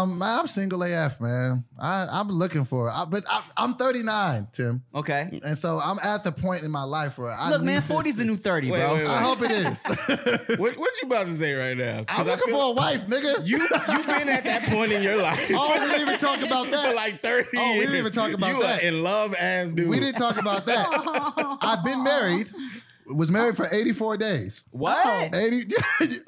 [SPEAKER 4] Um, man, I'm single AF, man. I, I'm looking for it. I, but I, I'm 39, Tim,
[SPEAKER 1] Okay.
[SPEAKER 4] and so I'm at the point in my life where I
[SPEAKER 1] Look,
[SPEAKER 4] need
[SPEAKER 1] man,
[SPEAKER 4] this
[SPEAKER 1] 40's the
[SPEAKER 4] thing.
[SPEAKER 1] new 30,
[SPEAKER 2] Wait,
[SPEAKER 1] bro.
[SPEAKER 2] wait,
[SPEAKER 4] I hope it is.
[SPEAKER 2] What, what you about to say right now? 'Cause
[SPEAKER 4] I'm
[SPEAKER 2] I
[SPEAKER 4] looking
[SPEAKER 2] feel-
[SPEAKER 4] for a wife, nigga.
[SPEAKER 2] you. You've been at that point in your life.
[SPEAKER 4] oh, we didn't even talk about
[SPEAKER 2] for
[SPEAKER 4] that.
[SPEAKER 2] like 30
[SPEAKER 4] Oh, we didn't
[SPEAKER 2] years.
[SPEAKER 4] even talk about
[SPEAKER 2] you
[SPEAKER 4] that.
[SPEAKER 2] You in love ass dude.
[SPEAKER 4] We didn't talk about that. I've been married. Was married for 84 days.
[SPEAKER 1] What?
[SPEAKER 4] 80.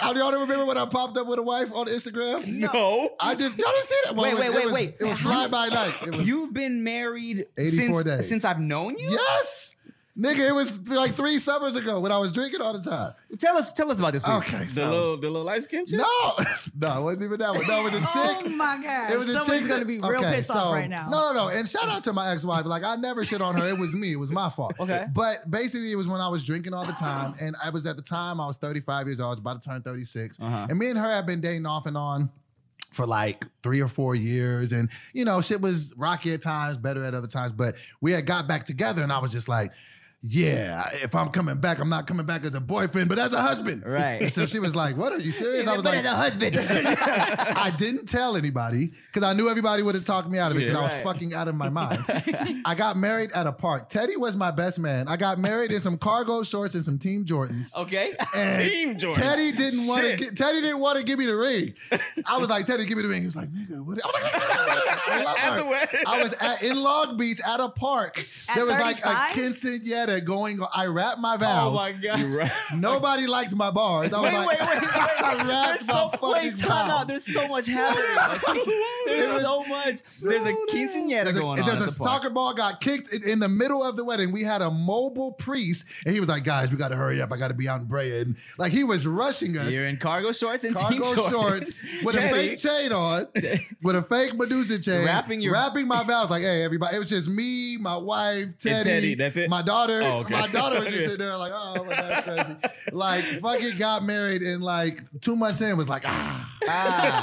[SPEAKER 4] y'all don't remember when I popped up with a wife on Instagram?
[SPEAKER 2] No.
[SPEAKER 4] I just y'all didn't see that.
[SPEAKER 1] Wait,
[SPEAKER 4] it was-
[SPEAKER 1] wait,
[SPEAKER 4] it
[SPEAKER 1] wait,
[SPEAKER 4] was-
[SPEAKER 1] wait.
[SPEAKER 4] It was fly by night. It was,
[SPEAKER 1] You've been married
[SPEAKER 4] 84
[SPEAKER 1] since,
[SPEAKER 4] days.
[SPEAKER 1] since I've known you?
[SPEAKER 4] yes, nigga. It was like three summers ago when I was drinking all the time.
[SPEAKER 1] Tell us tell us about this, please.
[SPEAKER 4] Okay,
[SPEAKER 2] The
[SPEAKER 4] so-
[SPEAKER 2] little, the little light skin chick.
[SPEAKER 4] No, no, it wasn't even that one. No, it was a chick.
[SPEAKER 3] Oh my god!
[SPEAKER 4] It was a
[SPEAKER 3] Someone's
[SPEAKER 4] chick.
[SPEAKER 3] gonna be real
[SPEAKER 4] okay,
[SPEAKER 3] pissed
[SPEAKER 4] so,
[SPEAKER 3] off right now.
[SPEAKER 4] No, no, no. And shout out to my ex-wife. Like I never shit on her. It was me. It was my fault.
[SPEAKER 1] Okay.
[SPEAKER 4] But basically, it was when I was drinking all the time, and I was at the time I was 35 years old. I was about to turn 36,
[SPEAKER 2] Uh-huh.
[SPEAKER 4] and me and her had been dating off and on. For like three or four years, and you know, shit was rocky at times, better at other times. But we had got back together, and I was just like, "Yeah, if I'm coming back, I'm not coming back as a boyfriend, but as a husband."
[SPEAKER 1] Right.
[SPEAKER 4] So she was like, "What are you serious?" I was like, I didn't tell anybody because I knew everybody would have talked me out of it because I
[SPEAKER 1] Right.
[SPEAKER 4] was fucking out of my mind. I got married at a park. Teddy was my best man. I got married in some cargo shorts and some Team Jordans.
[SPEAKER 1] Okay.
[SPEAKER 4] And
[SPEAKER 2] Team Jordan.
[SPEAKER 4] Teddy didn't want
[SPEAKER 2] Shit.
[SPEAKER 4] to. Teddy didn't want to give me the ring. I was like, Teddy, give me the ring. He was like, nigga, what? I was like, I love
[SPEAKER 2] At
[SPEAKER 4] her.
[SPEAKER 2] the wedding.
[SPEAKER 4] I was at, in Long Beach at a park.
[SPEAKER 3] At
[SPEAKER 4] there was
[SPEAKER 3] 35?
[SPEAKER 4] like a quinceanera going. on. I wrapped my vows.
[SPEAKER 1] Oh god.
[SPEAKER 2] You're right.
[SPEAKER 4] Nobody liked my bars. I was
[SPEAKER 1] Wait, wait,
[SPEAKER 4] like,
[SPEAKER 1] wait, wait, wait.
[SPEAKER 4] I wrapped
[SPEAKER 1] There's
[SPEAKER 4] my
[SPEAKER 1] so,
[SPEAKER 4] fucking
[SPEAKER 1] wait, time out.
[SPEAKER 4] vows.
[SPEAKER 1] There's so much happening. There's so much. There's a quinceanera
[SPEAKER 4] There's a,
[SPEAKER 1] going on.
[SPEAKER 4] there's
[SPEAKER 1] at
[SPEAKER 4] a
[SPEAKER 1] the park.
[SPEAKER 4] soccer ball got kicked in, in the middle of the wedding. We had a mobile priest, and he was like, "Guys, we got to hurry up. I got to be out in Brea." And like he was rushing us.
[SPEAKER 1] You're in cargo shorts and team
[SPEAKER 4] Cargo
[SPEAKER 1] shorts.
[SPEAKER 4] shorts with a
[SPEAKER 2] Teddy.
[SPEAKER 4] fake chain on, with a fake Medusa chain,
[SPEAKER 1] Wrapping your-
[SPEAKER 4] wrapping my vows like, hey, everybody. It was just me, my wife, Teddy,
[SPEAKER 2] Teddy, that's it?
[SPEAKER 4] my daughter.
[SPEAKER 2] Oh, okay.
[SPEAKER 4] My daughter was just
[SPEAKER 2] Okay.
[SPEAKER 4] sitting there like, oh, my God, that's crazy. like, fucking got married, and like two months in was like, ah,
[SPEAKER 1] Ah.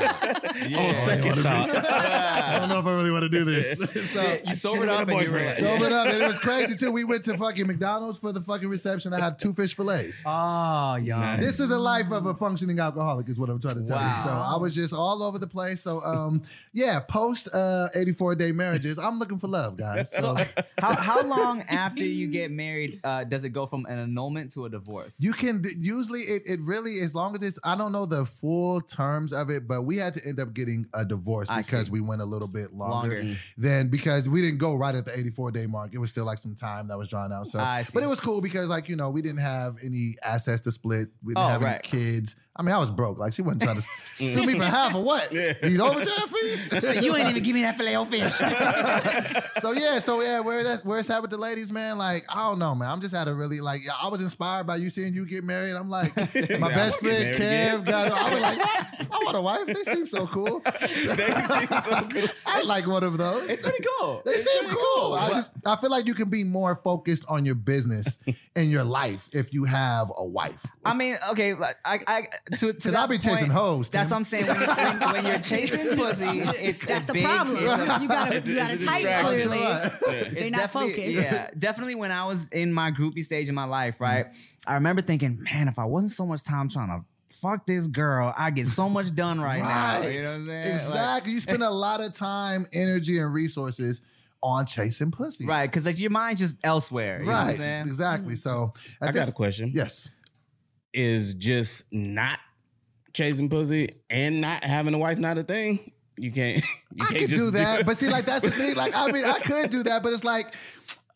[SPEAKER 1] Yeah.
[SPEAKER 2] Oh, second thought.
[SPEAKER 4] I don't know if I really want to do this. so,
[SPEAKER 1] Shit, you sobered
[SPEAKER 2] Should've
[SPEAKER 1] up
[SPEAKER 2] been a
[SPEAKER 1] and you were like,
[SPEAKER 2] boyfriend.
[SPEAKER 4] Sobered up, and it was crazy too. We went to fucking McDonald's for the fucking reception. I had two fish fillets.
[SPEAKER 1] Oh, young.
[SPEAKER 2] Nice.
[SPEAKER 4] This is a life of a functioning alcoholic, is what I'm trying to tell you. So
[SPEAKER 1] Wow.
[SPEAKER 4] I was just all over the place. So um, yeah, post uh 84 day marriages, I'm looking for love, guys. So
[SPEAKER 1] So, how, how long after you get married uh, does it go from an annulment to a divorce?
[SPEAKER 4] you can usually it it really as long as it's I don't know the full terms of it, but we had to end up getting a divorce
[SPEAKER 1] I
[SPEAKER 4] because
[SPEAKER 1] see.
[SPEAKER 4] we went a little bit longer,
[SPEAKER 1] longer.
[SPEAKER 4] than because we didn't go right at the 84 day mark. It was still like some time that was drawn out. So
[SPEAKER 1] I see.
[SPEAKER 4] But it was cool because, like, you know, we didn't have any assets to split. We didn't
[SPEAKER 1] Oh,
[SPEAKER 4] have
[SPEAKER 1] right.
[SPEAKER 4] any kids. I mean, I was broke. Like, she wasn't trying to sue me for half or what?
[SPEAKER 2] Yeah.
[SPEAKER 4] These overdraft fees?
[SPEAKER 1] you ain't even give me that filet of fish.
[SPEAKER 4] so, yeah, so, yeah, where that's where it's at with the ladies, man, like, I don't know, man. I'm just at a really, like, yeah, I was inspired by you seeing you get married. I'm like, my
[SPEAKER 2] I
[SPEAKER 4] best
[SPEAKER 2] wanna get
[SPEAKER 4] friend,
[SPEAKER 2] married
[SPEAKER 4] Kev,
[SPEAKER 2] again.
[SPEAKER 4] got, I was like, "What? I want a wife. They seem so cool.
[SPEAKER 2] That seems so cool.
[SPEAKER 4] I like one of those.
[SPEAKER 1] it's pretty cool.
[SPEAKER 4] They
[SPEAKER 1] It's
[SPEAKER 4] seem
[SPEAKER 1] pretty
[SPEAKER 4] cool. I just I feel like you can be more focused on your business and your life if you have a wife.
[SPEAKER 1] I mean, okay, like, I, I, to, to
[SPEAKER 4] Because I'll
[SPEAKER 1] that
[SPEAKER 4] be chasing
[SPEAKER 1] point,
[SPEAKER 4] hoes.
[SPEAKER 1] That's what I'm
[SPEAKER 4] Tim.
[SPEAKER 1] saying. When, when, when you're chasing pussy, it's a
[SPEAKER 3] That's the
[SPEAKER 1] big-
[SPEAKER 3] problem.
[SPEAKER 1] it's a-
[SPEAKER 3] You gotta
[SPEAKER 2] It's a-
[SPEAKER 3] you
[SPEAKER 2] it's
[SPEAKER 3] gotta
[SPEAKER 2] a
[SPEAKER 3] type
[SPEAKER 2] distraction.
[SPEAKER 4] That's
[SPEAKER 3] clearly.
[SPEAKER 4] right.
[SPEAKER 2] Yeah.
[SPEAKER 3] They not
[SPEAKER 1] definitely-
[SPEAKER 3] focused.
[SPEAKER 1] Yeah, definitely. When I was in my groupie stage in my life, right, I remember thinking, man, if I wasn't so much time trying to fuck this girl, I get so much done right, now. You know what I'm saying? Like,
[SPEAKER 4] Exactly. you spend a lot of time, energy, and resources on chasing pussy.
[SPEAKER 1] right, because like your mind just elsewhere. You know what I'm
[SPEAKER 4] Right.
[SPEAKER 1] saying? Mm.
[SPEAKER 4] exactly. So at
[SPEAKER 2] I
[SPEAKER 4] this-
[SPEAKER 2] got a question.
[SPEAKER 4] Yes.
[SPEAKER 2] Is just not chasing pussy and not having a wife not a thing? You can't. You
[SPEAKER 4] I
[SPEAKER 2] can't
[SPEAKER 4] could
[SPEAKER 2] just
[SPEAKER 4] do that,
[SPEAKER 2] it.
[SPEAKER 4] but see, like that's the thing. Like, I mean, I could do that, but it's like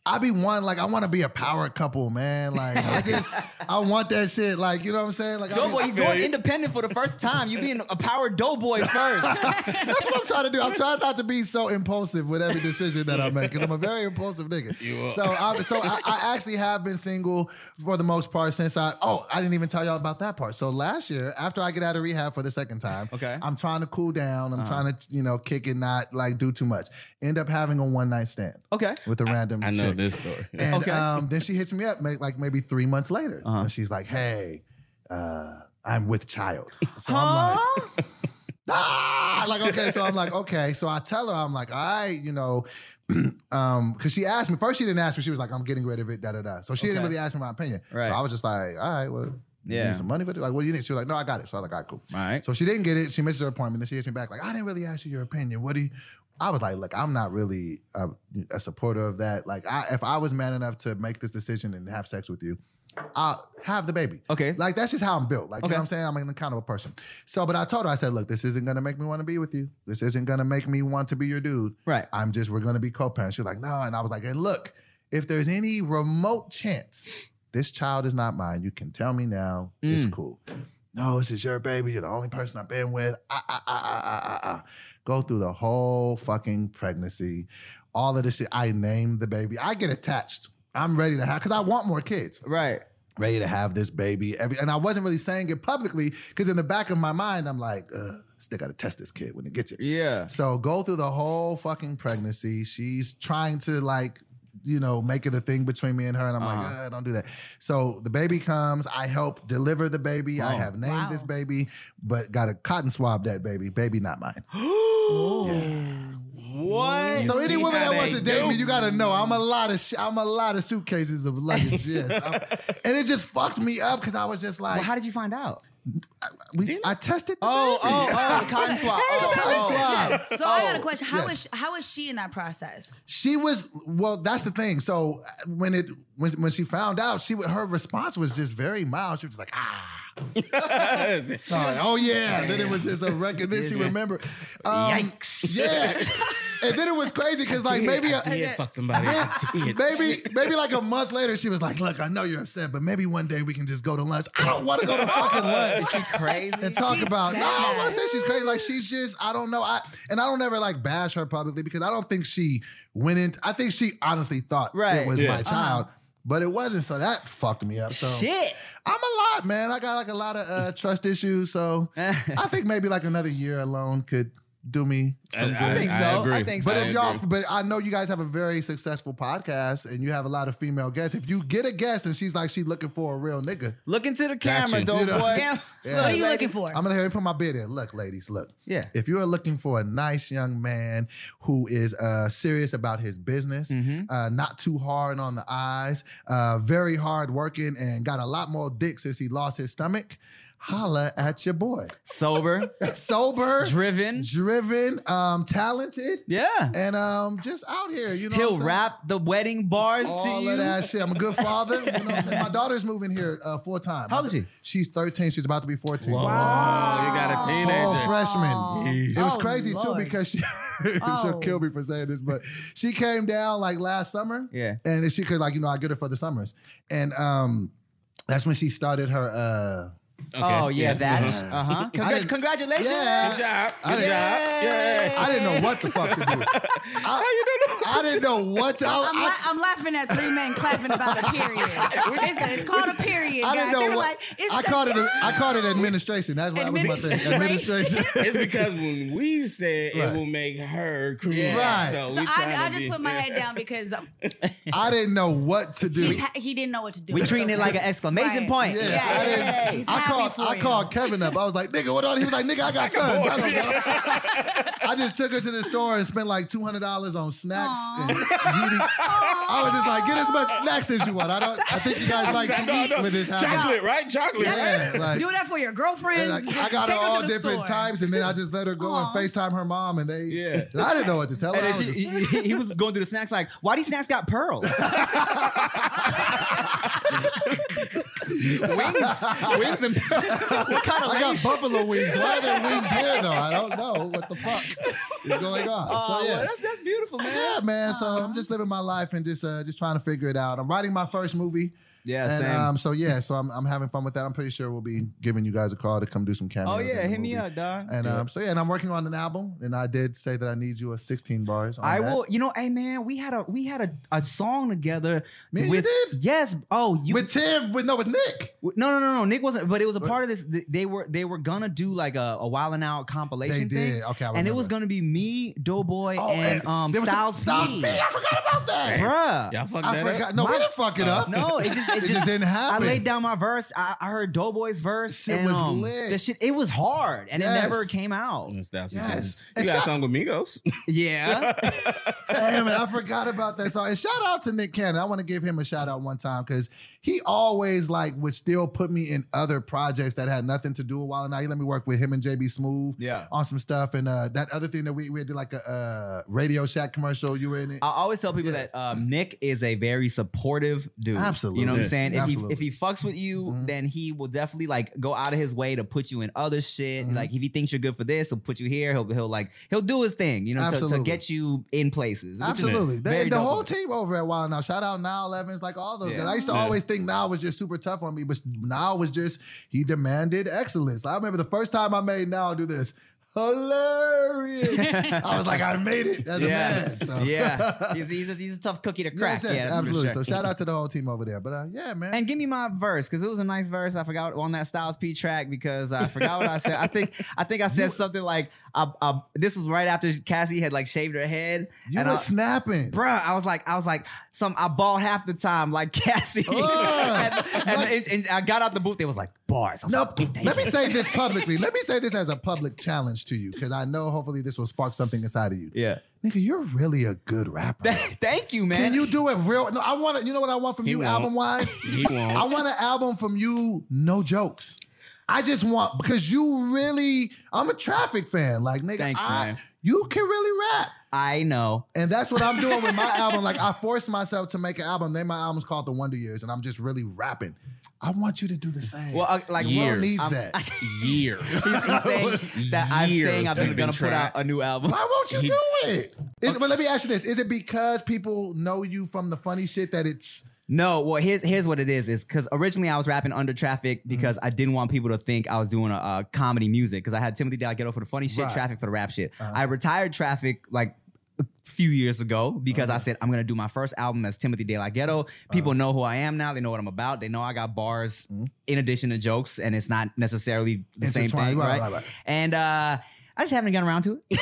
[SPEAKER 4] I be one. Like, I want to be a power couple, man. Like, I just I want that shit. Like, you know what I'm saying? Like, I be-
[SPEAKER 1] Doughboy, you
[SPEAKER 2] feel
[SPEAKER 1] going
[SPEAKER 2] you.
[SPEAKER 1] independent for the first time. You being a power doughboy first.
[SPEAKER 4] That's what I'm trying to do. I'm trying not to be so impulsive with every decision that I make because I'm a very impulsive nigga.
[SPEAKER 2] You are.
[SPEAKER 4] So, I, so I, I actually have been single for the most part since I. Oh, I didn't even tell y'all about that part. So last year, after I get out of rehab for the second time,
[SPEAKER 1] Okay.
[SPEAKER 4] I'm trying to cool down.
[SPEAKER 2] Uh-huh.
[SPEAKER 4] I'm trying to you know kick it, not like do too much. End up having a one night stand
[SPEAKER 1] okay.
[SPEAKER 4] with a random.
[SPEAKER 2] I know
[SPEAKER 4] chick.
[SPEAKER 2] this story.
[SPEAKER 4] And
[SPEAKER 1] Okay.
[SPEAKER 4] um, then she hits me up ma- like maybe three months later,
[SPEAKER 1] Uh-huh.
[SPEAKER 4] and she's like, "Hey, uh, I'm with child." So I'm like. ah, like okay. So I'm like, okay. So I tell her, I'm like, all right, you know, um, because she asked me first. She didn't ask me. She was like, I'm getting rid of it. Da da da. So she
[SPEAKER 1] Okay.
[SPEAKER 4] didn't really ask me my opinion.
[SPEAKER 1] Right.
[SPEAKER 4] So I was just like, all right, well, You
[SPEAKER 1] Yeah.
[SPEAKER 4] need some money for it? Like, what do you need? She was like, no, I got it. So I was like, all right, cool.
[SPEAKER 1] All right.
[SPEAKER 4] So she didn't get it. She missed her appointment. Then she hits me back like, I didn't really ask you your opinion. What do you? I was like, look, I'm not really a, a supporter of that. Like, I, if I was man enough to make this decision and have sex with you, I'll have the baby.
[SPEAKER 1] Okay.
[SPEAKER 4] Like that's just how I'm built. Like you
[SPEAKER 1] Okay.
[SPEAKER 4] know what I'm saying? I'm an accountable person. So, but I told her, I said, look, this isn't gonna make me want to be with you. This isn't gonna make me want to be your dude.
[SPEAKER 1] Right.
[SPEAKER 4] I'm just we're gonna be co-parents. She was like, no, and I was like, and look, if there's any remote chance this child is not mine, you can tell me now. It's cool. No, this is your baby. You're the only person I've been with. Ah, ah, ah, ah, ah, ah, ah. Go through the whole fucking pregnancy, all of this shit. I named the baby. I get attached. I'm ready to have because I want more kids
[SPEAKER 1] Right.
[SPEAKER 4] ready to have this baby. Every, and I wasn't really saying it publicly because in the back of my mind, I'm like, Ugh, still got to test this kid when it gets here.
[SPEAKER 1] Yeah.
[SPEAKER 4] So go through the whole fucking pregnancy. She's trying to like, you know, make it a thing between me and her. And I'm like,
[SPEAKER 1] Uh-huh.
[SPEAKER 4] "Ugh, don't do that. So the baby comes. I help deliver the baby. I
[SPEAKER 1] Oh.
[SPEAKER 4] have named this
[SPEAKER 3] Wow.
[SPEAKER 4] baby, but got a cotton swab that baby. Baby not mine.
[SPEAKER 1] What?
[SPEAKER 4] So any
[SPEAKER 2] see
[SPEAKER 4] woman
[SPEAKER 2] how
[SPEAKER 4] that wants
[SPEAKER 2] they
[SPEAKER 4] to date me,
[SPEAKER 2] do?
[SPEAKER 4] you gotta know I'm a lot of sh- I'm a lot of suitcases of luggage. yes, I'm- and it just fucked me up because I was just like,
[SPEAKER 1] Well, how did you find out?
[SPEAKER 4] We, I tested the
[SPEAKER 1] Oh,
[SPEAKER 4] baby.
[SPEAKER 1] oh, oh, the cotton swab. Oh,
[SPEAKER 4] Cotton
[SPEAKER 1] oh.
[SPEAKER 4] swab.
[SPEAKER 3] So I got a question. How is
[SPEAKER 4] yes.
[SPEAKER 3] how is she in that process?
[SPEAKER 4] She was well. That's the thing. So uh, when it when when she found out, she her response was just very mild. She was just like ah, sorry. Oh yeah. And then it was just a record. Then she remembered. Um,
[SPEAKER 1] Yikes.
[SPEAKER 4] Yeah. And then it was crazy because like maybe
[SPEAKER 2] I did
[SPEAKER 4] a,
[SPEAKER 2] fuck somebody. I did.
[SPEAKER 4] maybe maybe like a month later she was like, look, I know you're upset, but maybe one day we can just go to lunch. I don't want to go to fucking lunch.
[SPEAKER 1] Is she crazy?
[SPEAKER 4] and talk
[SPEAKER 3] She's
[SPEAKER 4] about no,
[SPEAKER 3] sad.
[SPEAKER 4] I wouldn't say she's crazy. Like she's just, I don't know. I and I don't ever like bash her publicly because I don't think she went in. I think she honestly thought
[SPEAKER 1] Right.
[SPEAKER 4] it was
[SPEAKER 2] Yeah.
[SPEAKER 4] my child, but it wasn't. So that fucked me up. So
[SPEAKER 1] Shit.
[SPEAKER 4] I'm a lot, man. I got like a lot of uh, trust issues. So I think maybe like another year alone could do me some
[SPEAKER 1] I
[SPEAKER 4] good.
[SPEAKER 1] think so. I think
[SPEAKER 4] But
[SPEAKER 1] I
[SPEAKER 4] if y'all, but I know you guys have a very successful podcast and you have a lot of female guests. If you get a guest and she's like, she's looking for a real nigga,
[SPEAKER 1] Look into the
[SPEAKER 2] Got
[SPEAKER 1] camera,
[SPEAKER 2] you.
[SPEAKER 1] dope
[SPEAKER 4] You know.
[SPEAKER 1] boy.
[SPEAKER 3] Yeah.
[SPEAKER 4] Yeah.
[SPEAKER 3] What are you
[SPEAKER 1] Lady.
[SPEAKER 3] looking for?
[SPEAKER 4] I'm gonna let me put my bid in. Look, ladies, look.
[SPEAKER 1] Yeah.
[SPEAKER 4] If you are looking for a nice young man who is uh, serious about his business,
[SPEAKER 1] Mm-hmm.
[SPEAKER 4] uh, not too hard on the eyes, uh, very hard working, and got a lot more dick since he lost his stomach, holla at your boy.
[SPEAKER 1] Sober,
[SPEAKER 4] Sober,
[SPEAKER 1] driven.
[SPEAKER 4] driven, um, talented,
[SPEAKER 1] Yeah.
[SPEAKER 4] and um, just out here. You know, what
[SPEAKER 1] He'll
[SPEAKER 4] I'm saying?
[SPEAKER 1] rap the wedding bars
[SPEAKER 4] All
[SPEAKER 1] to you.
[SPEAKER 4] of that shit. I'm a good father. You know what I'm saying? My daughter's moving here uh, full time.
[SPEAKER 1] How old is she?
[SPEAKER 4] She's 13. She's about to be 14.
[SPEAKER 2] Wow, oh, you got a
[SPEAKER 4] All
[SPEAKER 2] teenager.
[SPEAKER 4] freshman.
[SPEAKER 2] Jeez.
[SPEAKER 4] It was
[SPEAKER 3] Oh,
[SPEAKER 4] crazy
[SPEAKER 3] Lord.
[SPEAKER 4] too because she she'll
[SPEAKER 3] Oh.
[SPEAKER 4] kill me for saying this, but she came down like last summer.
[SPEAKER 1] Yeah.
[SPEAKER 4] And she could like, you know, I get her for the summers. And um that's when she started her uh
[SPEAKER 1] Oh yeah, that.
[SPEAKER 4] Yeah.
[SPEAKER 1] Uh huh.
[SPEAKER 4] I didn't-
[SPEAKER 1] congratulations.
[SPEAKER 4] Yeah.
[SPEAKER 2] Good job. Good
[SPEAKER 4] Yay.
[SPEAKER 2] job. Yeah.
[SPEAKER 4] I didn't know what the fuck to do. I, I didn't know what to I,
[SPEAKER 2] Oh,
[SPEAKER 3] I'm,
[SPEAKER 4] I-
[SPEAKER 3] la- I'm laughing at three men clapping about a period. It's, it's called a period, guys.
[SPEAKER 4] I didn't
[SPEAKER 3] they were
[SPEAKER 4] know what
[SPEAKER 3] like, it's
[SPEAKER 4] I
[SPEAKER 3] the
[SPEAKER 4] called it a, I called it administration. That's what that was my thing.
[SPEAKER 3] Administration.
[SPEAKER 4] Administration.
[SPEAKER 2] It's because when we said
[SPEAKER 4] Right.
[SPEAKER 2] it will make her crazy.
[SPEAKER 4] Right.
[SPEAKER 2] So,
[SPEAKER 3] So
[SPEAKER 2] we trying to
[SPEAKER 3] I, I just
[SPEAKER 2] be-
[SPEAKER 3] put my head down because
[SPEAKER 4] I didn't know what to do.
[SPEAKER 3] he's ha- he didn't know what to do.
[SPEAKER 1] We treating it like an exclamation
[SPEAKER 3] Right.
[SPEAKER 1] point.
[SPEAKER 3] Yeah,
[SPEAKER 4] Yeah, I,
[SPEAKER 3] yeah,
[SPEAKER 4] didn't,
[SPEAKER 3] yeah. He's
[SPEAKER 4] I
[SPEAKER 3] happy
[SPEAKER 4] called.
[SPEAKER 3] for
[SPEAKER 4] I
[SPEAKER 3] you.
[SPEAKER 4] called Kevin up. I was like, "Nigga, what on?" He was like, "Nigga, I got sons." I, don't know. I just took her to the store and spent like two hundred dollars on snacks. And eating. I was just like, "Get as much snacks as you want." I don't. I think you guys like to
[SPEAKER 2] No,
[SPEAKER 4] eat
[SPEAKER 2] no.
[SPEAKER 4] with this habit.
[SPEAKER 2] Chocolate, right? Chocolate. right?
[SPEAKER 4] Yeah, like,
[SPEAKER 3] do that for your
[SPEAKER 4] and,
[SPEAKER 3] girlfriends.
[SPEAKER 4] like, I
[SPEAKER 3] Just
[SPEAKER 4] got her
[SPEAKER 3] take to
[SPEAKER 4] all
[SPEAKER 3] the
[SPEAKER 4] different
[SPEAKER 3] store.
[SPEAKER 4] times, and then I just let her go
[SPEAKER 3] Aw.
[SPEAKER 4] and Facetime her mom, and they.
[SPEAKER 1] Yeah.
[SPEAKER 4] And I didn't know what to tell her.
[SPEAKER 1] And
[SPEAKER 4] I
[SPEAKER 1] then
[SPEAKER 4] was
[SPEAKER 1] she,
[SPEAKER 4] just-
[SPEAKER 1] he, he- he was going through the snacks like, why these snacks got pearls? wings, wings and pearls. What kind of
[SPEAKER 4] I
[SPEAKER 1] lady?
[SPEAKER 4] got buffalo wings. Why are there wings here though? I don't know what the fuck is going on.
[SPEAKER 1] Oh,
[SPEAKER 4] so
[SPEAKER 1] well,
[SPEAKER 4] yes.
[SPEAKER 1] that's, that's beautiful, man.
[SPEAKER 4] Yeah, man. So I'm just living my life and just uh, just trying to figure it out. I'm writing my first movie.
[SPEAKER 1] Yeah,
[SPEAKER 4] and
[SPEAKER 1] same.
[SPEAKER 4] um, so yeah, so I'm, I'm having fun with that. I'm pretty sure we'll be giving you guys a call to come do some cameos.
[SPEAKER 1] oh yeah,
[SPEAKER 4] in the
[SPEAKER 1] hit me
[SPEAKER 4] movie.
[SPEAKER 1] up, dog.
[SPEAKER 4] And um, so yeah, and I'm working on an album. And I did say that I need you a 16 bars. On
[SPEAKER 1] I
[SPEAKER 4] that.
[SPEAKER 1] will. You know, hey man, we had a we had a, a song together.
[SPEAKER 4] Me and you
[SPEAKER 1] with,
[SPEAKER 4] did?
[SPEAKER 1] Yes. Oh, you
[SPEAKER 4] with Tim. With no, with Nick.
[SPEAKER 1] No, no, no, no. Nick wasn't, but it was a part of this. th- They were they were gonna do like a, a Wild and Out compilation
[SPEAKER 4] They
[SPEAKER 1] thing.
[SPEAKER 4] did. Okay, I
[SPEAKER 1] and it was gonna
[SPEAKER 4] remember.
[SPEAKER 1] be me, Doughboy,
[SPEAKER 4] Oh,
[SPEAKER 1] and, um
[SPEAKER 4] there was some-
[SPEAKER 1] Styles P.
[SPEAKER 4] Styles P. I forgot about that.
[SPEAKER 1] Bruh.
[SPEAKER 2] Y'all fucked
[SPEAKER 4] I
[SPEAKER 2] that up.
[SPEAKER 4] forgot. No, we
[SPEAKER 1] My-
[SPEAKER 4] didn't fuck it up.
[SPEAKER 1] No, it just just, it
[SPEAKER 4] It
[SPEAKER 1] just,
[SPEAKER 4] just didn't
[SPEAKER 1] I
[SPEAKER 4] happen.
[SPEAKER 1] laid down my verse. I, I heard Doughboy's verse.
[SPEAKER 4] Shit
[SPEAKER 1] and,
[SPEAKER 4] was
[SPEAKER 1] um,
[SPEAKER 4] lit.
[SPEAKER 1] The shit, it was hard, and
[SPEAKER 4] Yes.
[SPEAKER 1] it never came out.
[SPEAKER 2] Yes, that's
[SPEAKER 4] Yes.
[SPEAKER 2] You
[SPEAKER 4] And
[SPEAKER 2] got
[SPEAKER 4] shout-
[SPEAKER 2] a song with Migos.
[SPEAKER 1] Yeah,
[SPEAKER 4] Damn it, I forgot about that song. And shout out to Nick Cannon. I want to give him a shout out one time because he always like would still put me in other projects that had nothing to do with Wild and Out. He let me work with him and JB Smooth
[SPEAKER 1] yeah.
[SPEAKER 4] on some stuff. And uh that other thing that we, we did like a uh Radio Shack commercial. You were in it.
[SPEAKER 1] I always tell people
[SPEAKER 4] Yeah.
[SPEAKER 1] that um, Nick is a very supportive dude.
[SPEAKER 4] Absolutely.
[SPEAKER 1] you know what
[SPEAKER 2] Yeah.
[SPEAKER 1] I'm saying. If
[SPEAKER 4] Absolutely.
[SPEAKER 1] he if he fucks with you,
[SPEAKER 4] Mhm.
[SPEAKER 1] then he will definitely like go out of his way to put you in other shit.
[SPEAKER 4] Mhm.
[SPEAKER 1] Like if he thinks you're good for this, he'll put you here. He'll he'll like he'll do his thing. You know, to, to
[SPEAKER 4] Absolutely.
[SPEAKER 1] get you in places. which is
[SPEAKER 4] Absolutely. They,
[SPEAKER 1] very
[SPEAKER 4] the
[SPEAKER 1] dope
[SPEAKER 4] whole
[SPEAKER 1] of it.
[SPEAKER 4] team over at Wild Now. Shout out Now Evans, like all those
[SPEAKER 1] Yeah.
[SPEAKER 4] guys. I used to
[SPEAKER 2] Yeah.
[SPEAKER 4] always think Now was just super tough on me, but Now was just, he demanded excellence. Like, I remember the first time I made Now do this. Hilarious. I was like, I made it as
[SPEAKER 1] Yeah.
[SPEAKER 4] a man. So.
[SPEAKER 1] yeah, he's, he's, a, he's a tough cookie to crack.
[SPEAKER 4] Yes, yes,
[SPEAKER 1] yeah, that's for
[SPEAKER 4] absolutely.
[SPEAKER 1] sure.
[SPEAKER 4] So shout out to the whole team over there. But uh, yeah, man.
[SPEAKER 1] And give me my verse because it was a nice verse. I forgot on that Styles P track because I forgot what I said. I think I think I said something like, I, I, "This was right after Cassie had like shaved her head."
[SPEAKER 4] you
[SPEAKER 1] and uh,
[SPEAKER 4] were
[SPEAKER 1] I-
[SPEAKER 4] snapping.
[SPEAKER 1] Bruh, I was like, I was like, some I bawled half the time, like Cassie,
[SPEAKER 4] Ugh.
[SPEAKER 1] and, and, it- and I got out the booth. They was like bars. I was
[SPEAKER 4] No,
[SPEAKER 1] like, "Okay, thank
[SPEAKER 4] let me
[SPEAKER 1] you."
[SPEAKER 4] say this publicly. Let me say this as a public challenge to you, because I know hopefully this will spark something inside of you.
[SPEAKER 1] Yeah,
[SPEAKER 4] Nigga, you're really a good rapper.
[SPEAKER 1] thank you, man.
[SPEAKER 4] Can you do it real? No, I want to. You know what I want from
[SPEAKER 2] He
[SPEAKER 4] you,
[SPEAKER 2] won't.
[SPEAKER 4] album wise.
[SPEAKER 2] He won't.
[SPEAKER 4] I want an album from you, no jokes. I just want because you really. I'm a traffic fan, like nigga.
[SPEAKER 1] Thanks,
[SPEAKER 4] I,
[SPEAKER 1] man.
[SPEAKER 4] You can really rap,
[SPEAKER 1] I know.
[SPEAKER 4] and that's what I'm doing with my album. Like I forced myself to make an album. Then my album's called The Wonder Years, and I'm just really rapping. I want you to do the same.
[SPEAKER 1] Well, I, like
[SPEAKER 4] World
[SPEAKER 2] years.
[SPEAKER 4] needs
[SPEAKER 1] I'm-
[SPEAKER 4] that.
[SPEAKER 2] Years.
[SPEAKER 1] he's, he's saying that I'm
[SPEAKER 2] Years
[SPEAKER 1] saying I'm
[SPEAKER 2] we've
[SPEAKER 1] just
[SPEAKER 2] been
[SPEAKER 1] gonna put
[SPEAKER 2] trying.
[SPEAKER 1] out a new album.
[SPEAKER 4] Why won't you
[SPEAKER 2] He-
[SPEAKER 4] do it? Is, but let me ask you this: Is it because people know you from the funny shit that it's?
[SPEAKER 1] No, well, here's here's what it is. Is because originally I was rapping under
[SPEAKER 4] Mm-hmm.
[SPEAKER 1] traffic because I didn't want people to think I was doing a, uh comedy music because I had Timothy Delgado for the funny shit,
[SPEAKER 4] Right. Uh-huh.
[SPEAKER 1] traffic for the rap shit. I retired traffic like a few years ago because
[SPEAKER 4] Uh-huh.
[SPEAKER 1] I said I'm gonna do my first album as Timothy De La Ghetto. People know who I am now. They know what I'm about. They know I got bars
[SPEAKER 4] Mm-hmm.
[SPEAKER 1] in addition to jokes, and it's not necessarily the same
[SPEAKER 4] Intertwined.
[SPEAKER 1] thing,
[SPEAKER 4] Right,
[SPEAKER 1] right?
[SPEAKER 4] right, right.
[SPEAKER 1] And uh, I just haven't gotten around to it.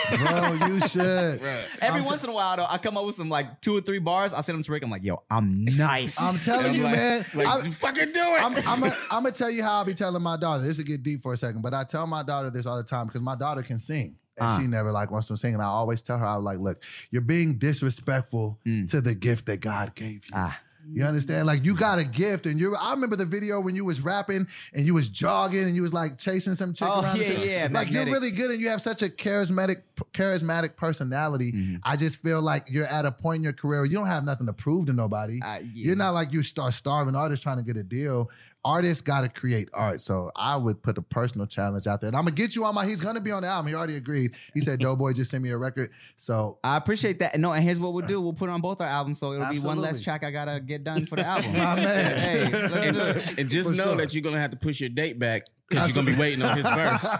[SPEAKER 4] Bro, you should.
[SPEAKER 1] Every
[SPEAKER 4] I'm t-
[SPEAKER 1] once in a while, though, I come up with some like two or three bars. I send them to Rick. I'm like, yo, I'm nice.
[SPEAKER 4] I'm telling
[SPEAKER 2] I'm
[SPEAKER 4] you,
[SPEAKER 2] like-
[SPEAKER 4] man.
[SPEAKER 2] Like,
[SPEAKER 4] I-
[SPEAKER 2] you fucking do it.
[SPEAKER 4] I'm I'm gonna I'm gonna tell you how I be telling my daughter. This will get deep for a second, but I tell my daughter this all the time because my daughter can sing and
[SPEAKER 1] Uh.
[SPEAKER 4] she never like wants to sing. And I always tell her, I was like, look, you're being disrespectful
[SPEAKER 1] Mm.
[SPEAKER 4] to the gift that God gave you.
[SPEAKER 1] Ah.
[SPEAKER 4] You understand? Like you got a gift, and you. I remember the video when you was rapping and you was jogging and you was like chasing some chick
[SPEAKER 1] Oh,
[SPEAKER 4] around. and
[SPEAKER 1] yeah,
[SPEAKER 4] stuff.
[SPEAKER 1] yeah,
[SPEAKER 4] Like
[SPEAKER 1] magnetic.
[SPEAKER 4] you're really good, and you have such a charismatic, charismatic personality.
[SPEAKER 1] Mm-hmm.
[SPEAKER 4] I just feel like you're at a point in your career where you don't have nothing to prove to nobody.
[SPEAKER 1] Uh, yeah.
[SPEAKER 4] You're not like you star starving artists trying to get a deal. Artists got to create art. So I would put a personal challenge out there. And I'm going to get you on my, he's going to be on the album. He already agreed. He said, Doughboy just sent me a record. So
[SPEAKER 1] I appreciate that. No, and here's what we'll do: we'll put it on both our albums, so it'll be one less
[SPEAKER 4] Absolutely.
[SPEAKER 1] track I gotta get done for the album.
[SPEAKER 4] My man.
[SPEAKER 1] Hey, let's do it.
[SPEAKER 2] and just
[SPEAKER 4] For
[SPEAKER 2] know
[SPEAKER 4] sure.
[SPEAKER 2] that you're gonna have to push your date back because you're gonna be waiting on his verse.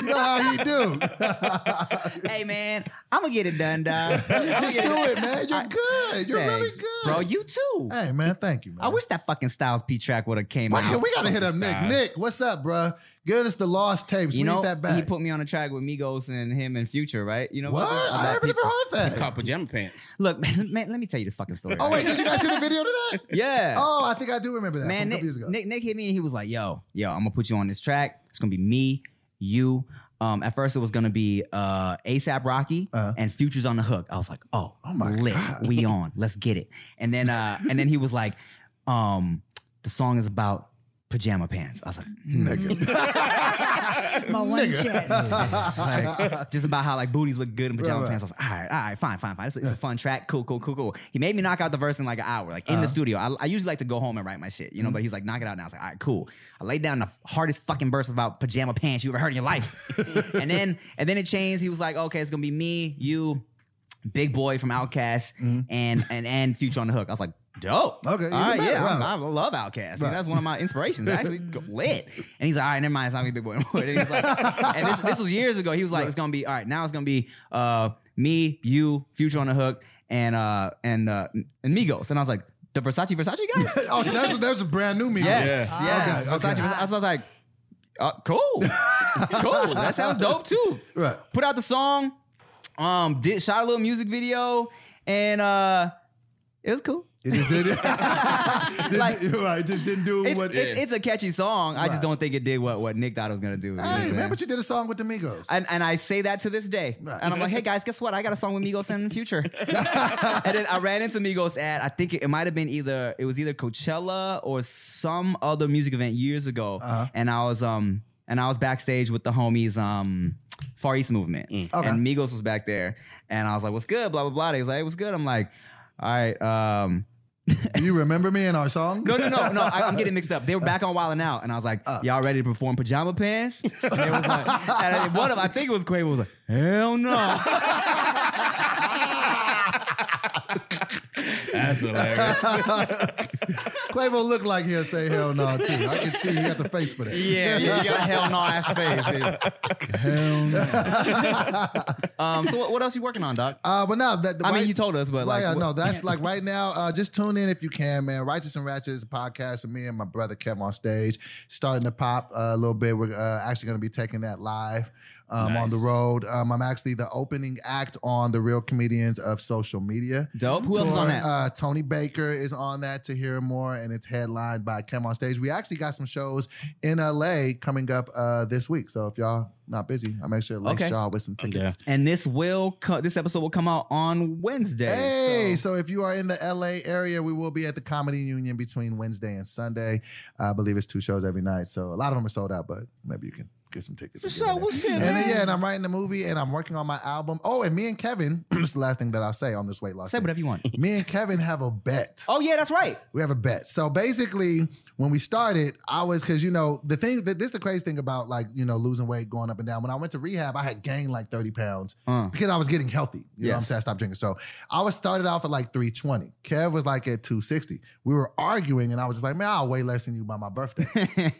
[SPEAKER 4] you know how he do.
[SPEAKER 1] Oh, Hey, man, I'm gonna get it done, dog.
[SPEAKER 4] Just do it, man. You're good. You're really good.
[SPEAKER 1] bro. You too.
[SPEAKER 4] Hey, man. Thank you, man.
[SPEAKER 1] I wish that fucking Styles P track would have came
[SPEAKER 4] Fuck it,
[SPEAKER 1] out.
[SPEAKER 4] we got to hit up Nick.
[SPEAKER 2] Stars.
[SPEAKER 4] Nick, what's up, bruh? Give us the lost tapes.
[SPEAKER 1] you
[SPEAKER 4] we
[SPEAKER 1] know,
[SPEAKER 4] need that back.
[SPEAKER 1] he put me on a track with Migos and him and Future, right? You know
[SPEAKER 4] what?
[SPEAKER 1] about that?
[SPEAKER 4] I
[SPEAKER 1] About
[SPEAKER 4] haven't
[SPEAKER 1] people.
[SPEAKER 4] even heard
[SPEAKER 2] It's
[SPEAKER 4] that.
[SPEAKER 2] called pajama pants.
[SPEAKER 1] Look, man, man, let me tell you this fucking story.
[SPEAKER 4] Oh,
[SPEAKER 1] right?
[SPEAKER 4] wait. Did you guys shoot a video to that?
[SPEAKER 1] yeah.
[SPEAKER 4] Oh, I think I do remember that.
[SPEAKER 1] Man,
[SPEAKER 4] from a
[SPEAKER 1] Nick,
[SPEAKER 4] couple years ago.
[SPEAKER 1] Nick, Nick hit me and he was like, "Yo, yo, I'm gonna put you on this track. It's gonna be me, you." Um, at first, it was gonna be uh, ASAP Rocky
[SPEAKER 4] Uh-huh.
[SPEAKER 1] and Futures on the hook. I was like, "Oh,
[SPEAKER 4] Oh my
[SPEAKER 1] lit.
[SPEAKER 4] God.
[SPEAKER 1] we on? Let's get it." And then, uh, and then he was like, um, "The song is about pajama pants." I was like, hmm.
[SPEAKER 3] My one
[SPEAKER 1] It's
[SPEAKER 3] chance.
[SPEAKER 1] just like- just about how like booties look good in pajama
[SPEAKER 4] Right, right.
[SPEAKER 1] pants. I was like, all right, all right, fine, fine, fine. It's, it's a fun track. Cool, cool, cool, cool. He made me knock out the verse in like an hour, like in
[SPEAKER 4] Uh-huh.
[SPEAKER 1] the studio. I, I usually like to go home and write my shit, you know.
[SPEAKER 4] Mm-hmm.
[SPEAKER 1] But he's like, knock it out now. I was like, all right, cool. I laid down the hardest fucking verse about pajama pants you ever heard in your life, and then and then it changed. He was like, okay, it's gonna be me, you, Big Boy from Outkast, and and and Future on the hook. I was like. Dope.
[SPEAKER 4] Mm-hmm.
[SPEAKER 1] All
[SPEAKER 4] Okay, even
[SPEAKER 1] right.
[SPEAKER 4] better.
[SPEAKER 1] Yeah. I'm-
[SPEAKER 4] Wow.
[SPEAKER 1] I love Outkast.
[SPEAKER 4] Right.
[SPEAKER 1] That's one of my inspirations. Actually, lit. And he's like, all right, never mind. It's not gonna be Big Boy anymore. And, he was like, and this, this was years ago. He was like, it's gonna be all right. Now it's gonna be uh, me, you, Future on the hook, and uh, and uh, and Migos. And I was like, the Versace Versace guy.
[SPEAKER 4] Oh, so that's, that's a brand new meme.
[SPEAKER 1] yes,
[SPEAKER 4] Ah,
[SPEAKER 1] yes.
[SPEAKER 4] okay,
[SPEAKER 1] Versace,
[SPEAKER 4] okay.
[SPEAKER 1] Versace. I was like, uh, cool, cool. That sounds dope too.
[SPEAKER 4] Right.
[SPEAKER 1] Put out the song. Um, did shot a little music video, and uh, it was cool.
[SPEAKER 4] It just didn't.
[SPEAKER 1] Like-
[SPEAKER 4] didn't- right, just didn't do
[SPEAKER 1] It's,
[SPEAKER 4] what.
[SPEAKER 1] it's, it's a catchy song. I just
[SPEAKER 4] Right.
[SPEAKER 1] don't think it did what, what Nick thought it was gonna do. you know what I'm
[SPEAKER 4] hey, man,
[SPEAKER 1] saying?
[SPEAKER 4] but you did a song with the Migos.
[SPEAKER 1] and, and I say that to this day.
[SPEAKER 4] Right.
[SPEAKER 1] And I'm like, hey guys, guess what? I got a song with Migos in the future. and then I ran into Migos at I think it, it might have been either it was either Coachella or some other music event years ago.
[SPEAKER 4] Uh-huh.
[SPEAKER 1] And I was um and I was backstage with the homies um Far East Movement.
[SPEAKER 4] Okay.
[SPEAKER 1] And Migos was back there. And I was like, what's good? Blah blah blah. They was like, hey, what's good? I'm like, all right, um,
[SPEAKER 4] do you remember me in our song?
[SPEAKER 1] no, no, no, no. I, I'm getting mixed up. They were back on Wild and Out, and I was like,
[SPEAKER 4] Uh.
[SPEAKER 1] "Y'all ready to perform pajama pants?" And it was like, and I- one of I think it was Quavo was like, "Hell no!"
[SPEAKER 2] That's hilarious.
[SPEAKER 4] Quavo looked like he'll say hell no too. I can see he got the face for that.
[SPEAKER 1] Yeah, yeah, you got a hell no ass face. hell no. um, so what, what else you working on, Doc?
[SPEAKER 4] Uh, but no, that the
[SPEAKER 1] I mean,
[SPEAKER 4] white-
[SPEAKER 1] you told us, but
[SPEAKER 4] Well,
[SPEAKER 1] like,
[SPEAKER 4] yeah,
[SPEAKER 1] what-
[SPEAKER 4] no, that's like right now. Uh, just tune in if you can, man. Righteous and Ratchet is a podcast of me and my brother Kev on stage, starting to pop uh, a little bit. We're uh, actually going to be taking that live. Um, On the
[SPEAKER 2] Nice.
[SPEAKER 4] road, um, I'm actually the opening act on the Real Comedians of Social Media.
[SPEAKER 1] dope. Who else is on
[SPEAKER 4] tour.
[SPEAKER 1] that?
[SPEAKER 4] Uh, Tony Baker is on that to hear more, and it's headlined by Chem on stage. We actually got some shows in LA coming up uh, this week, so if y'all not busy, I'll make sure to link
[SPEAKER 1] Okay.
[SPEAKER 4] y'all with some
[SPEAKER 2] down.
[SPEAKER 4] tickets.
[SPEAKER 1] and this will co- this episode will come out on Wednesday.
[SPEAKER 4] Hey,
[SPEAKER 1] so-
[SPEAKER 4] so. if you are in the LA area, we will be at the Comedy Union between Wednesday and Sunday. I believe it's two shows every night, so a lot of them are sold out, but maybe you can get some tickets. and get in there. And then, yeah, and I'm writing the movie and I'm working on my album. Oh, and me and Kevin, this is the last thing that I'll say on this weight loss.
[SPEAKER 1] say
[SPEAKER 4] thing.
[SPEAKER 1] whatever you want.
[SPEAKER 4] Me and Kevin have a bet.
[SPEAKER 1] Oh yeah, that's right.
[SPEAKER 4] We have a bet. So basically, when we started, I was because you know the thing that this is the crazy thing about like you know losing weight, going up and down. When I went to rehab, I had gained like thirty pounds
[SPEAKER 1] Uh.
[SPEAKER 4] because I was getting healthy. You know what I'm
[SPEAKER 1] Yes.
[SPEAKER 4] saying? I stopped drinking. So I was started off at like three twenty. Kev was like at two sixty. We were arguing, and I was just like, man, I'll weigh less than you by my birthday.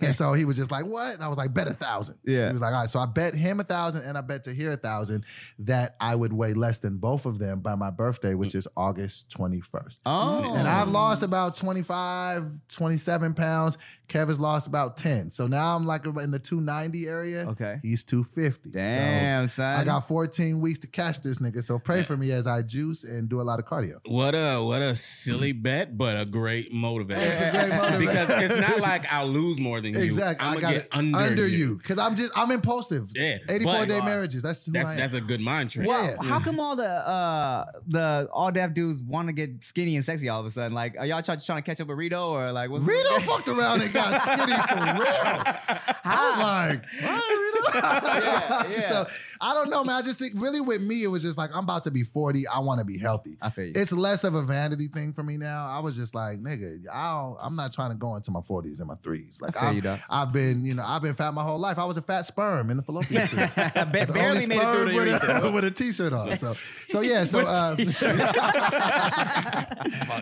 [SPEAKER 4] and so he was just like, what? And I was like, bet a thousand.
[SPEAKER 1] Yeah.
[SPEAKER 4] He was like, all right. So I bet him a thousand, and I bet to hear a thousand that I would weigh less than both of them by my birthday,
[SPEAKER 1] Mm.
[SPEAKER 4] which is August twenty first.
[SPEAKER 1] Oh,
[SPEAKER 4] And I've lost about 25, 27 pounds. Kevin's lost about 10. So now I'm like in the 290 area.
[SPEAKER 1] Okay.
[SPEAKER 4] He's 250. So
[SPEAKER 1] Damn, son.
[SPEAKER 4] I got 14 weeks to catch this nigga. So pray for me as I juice and do a lot of cardio.
[SPEAKER 2] What a what a silly bet, but a great
[SPEAKER 4] It's
[SPEAKER 2] motivator.
[SPEAKER 4] a great motivator.
[SPEAKER 2] because it's not like I'll lose more than you.
[SPEAKER 4] Exactly.
[SPEAKER 2] I'm
[SPEAKER 4] I
[SPEAKER 2] gonna
[SPEAKER 4] got
[SPEAKER 2] get
[SPEAKER 4] it
[SPEAKER 2] under, you.
[SPEAKER 4] Because I'm just, I'm impulsive.
[SPEAKER 2] Yeah,
[SPEAKER 4] 84
[SPEAKER 2] but- uh,
[SPEAKER 4] day marriages. That's who I
[SPEAKER 2] That's
[SPEAKER 4] am.
[SPEAKER 2] that's a good mind trick.
[SPEAKER 4] Wow. Yeah.
[SPEAKER 1] How come all the uh the all deaf dudes want to get skinny and sexy all of a sudden? Like, are y'all try, trying to catch up with Rito or like what's
[SPEAKER 4] Rito fucked around and got skinny for real. I was like, what, Rito?
[SPEAKER 1] Yeah, yeah.
[SPEAKER 4] So I don't know, man. I just think really with me, it was just like, I'm about to be 40. I want to be healthy.
[SPEAKER 1] I feel you.
[SPEAKER 4] It's less of a vanity thing for me now. I was just like, nigga, I don't, I'm not trying to go into my 40s and my threes. Like
[SPEAKER 1] I feel
[SPEAKER 4] I've,
[SPEAKER 1] you, dog.
[SPEAKER 4] I've been, you know, I've been fat my whole life. I was a fat sperm in the fallopian tube.
[SPEAKER 1] Ba-
[SPEAKER 4] It's the
[SPEAKER 1] barely
[SPEAKER 4] only
[SPEAKER 1] made it through the
[SPEAKER 4] sperm with
[SPEAKER 1] urethra.
[SPEAKER 4] a, with a t-shirt on. So, so yeah, so uh,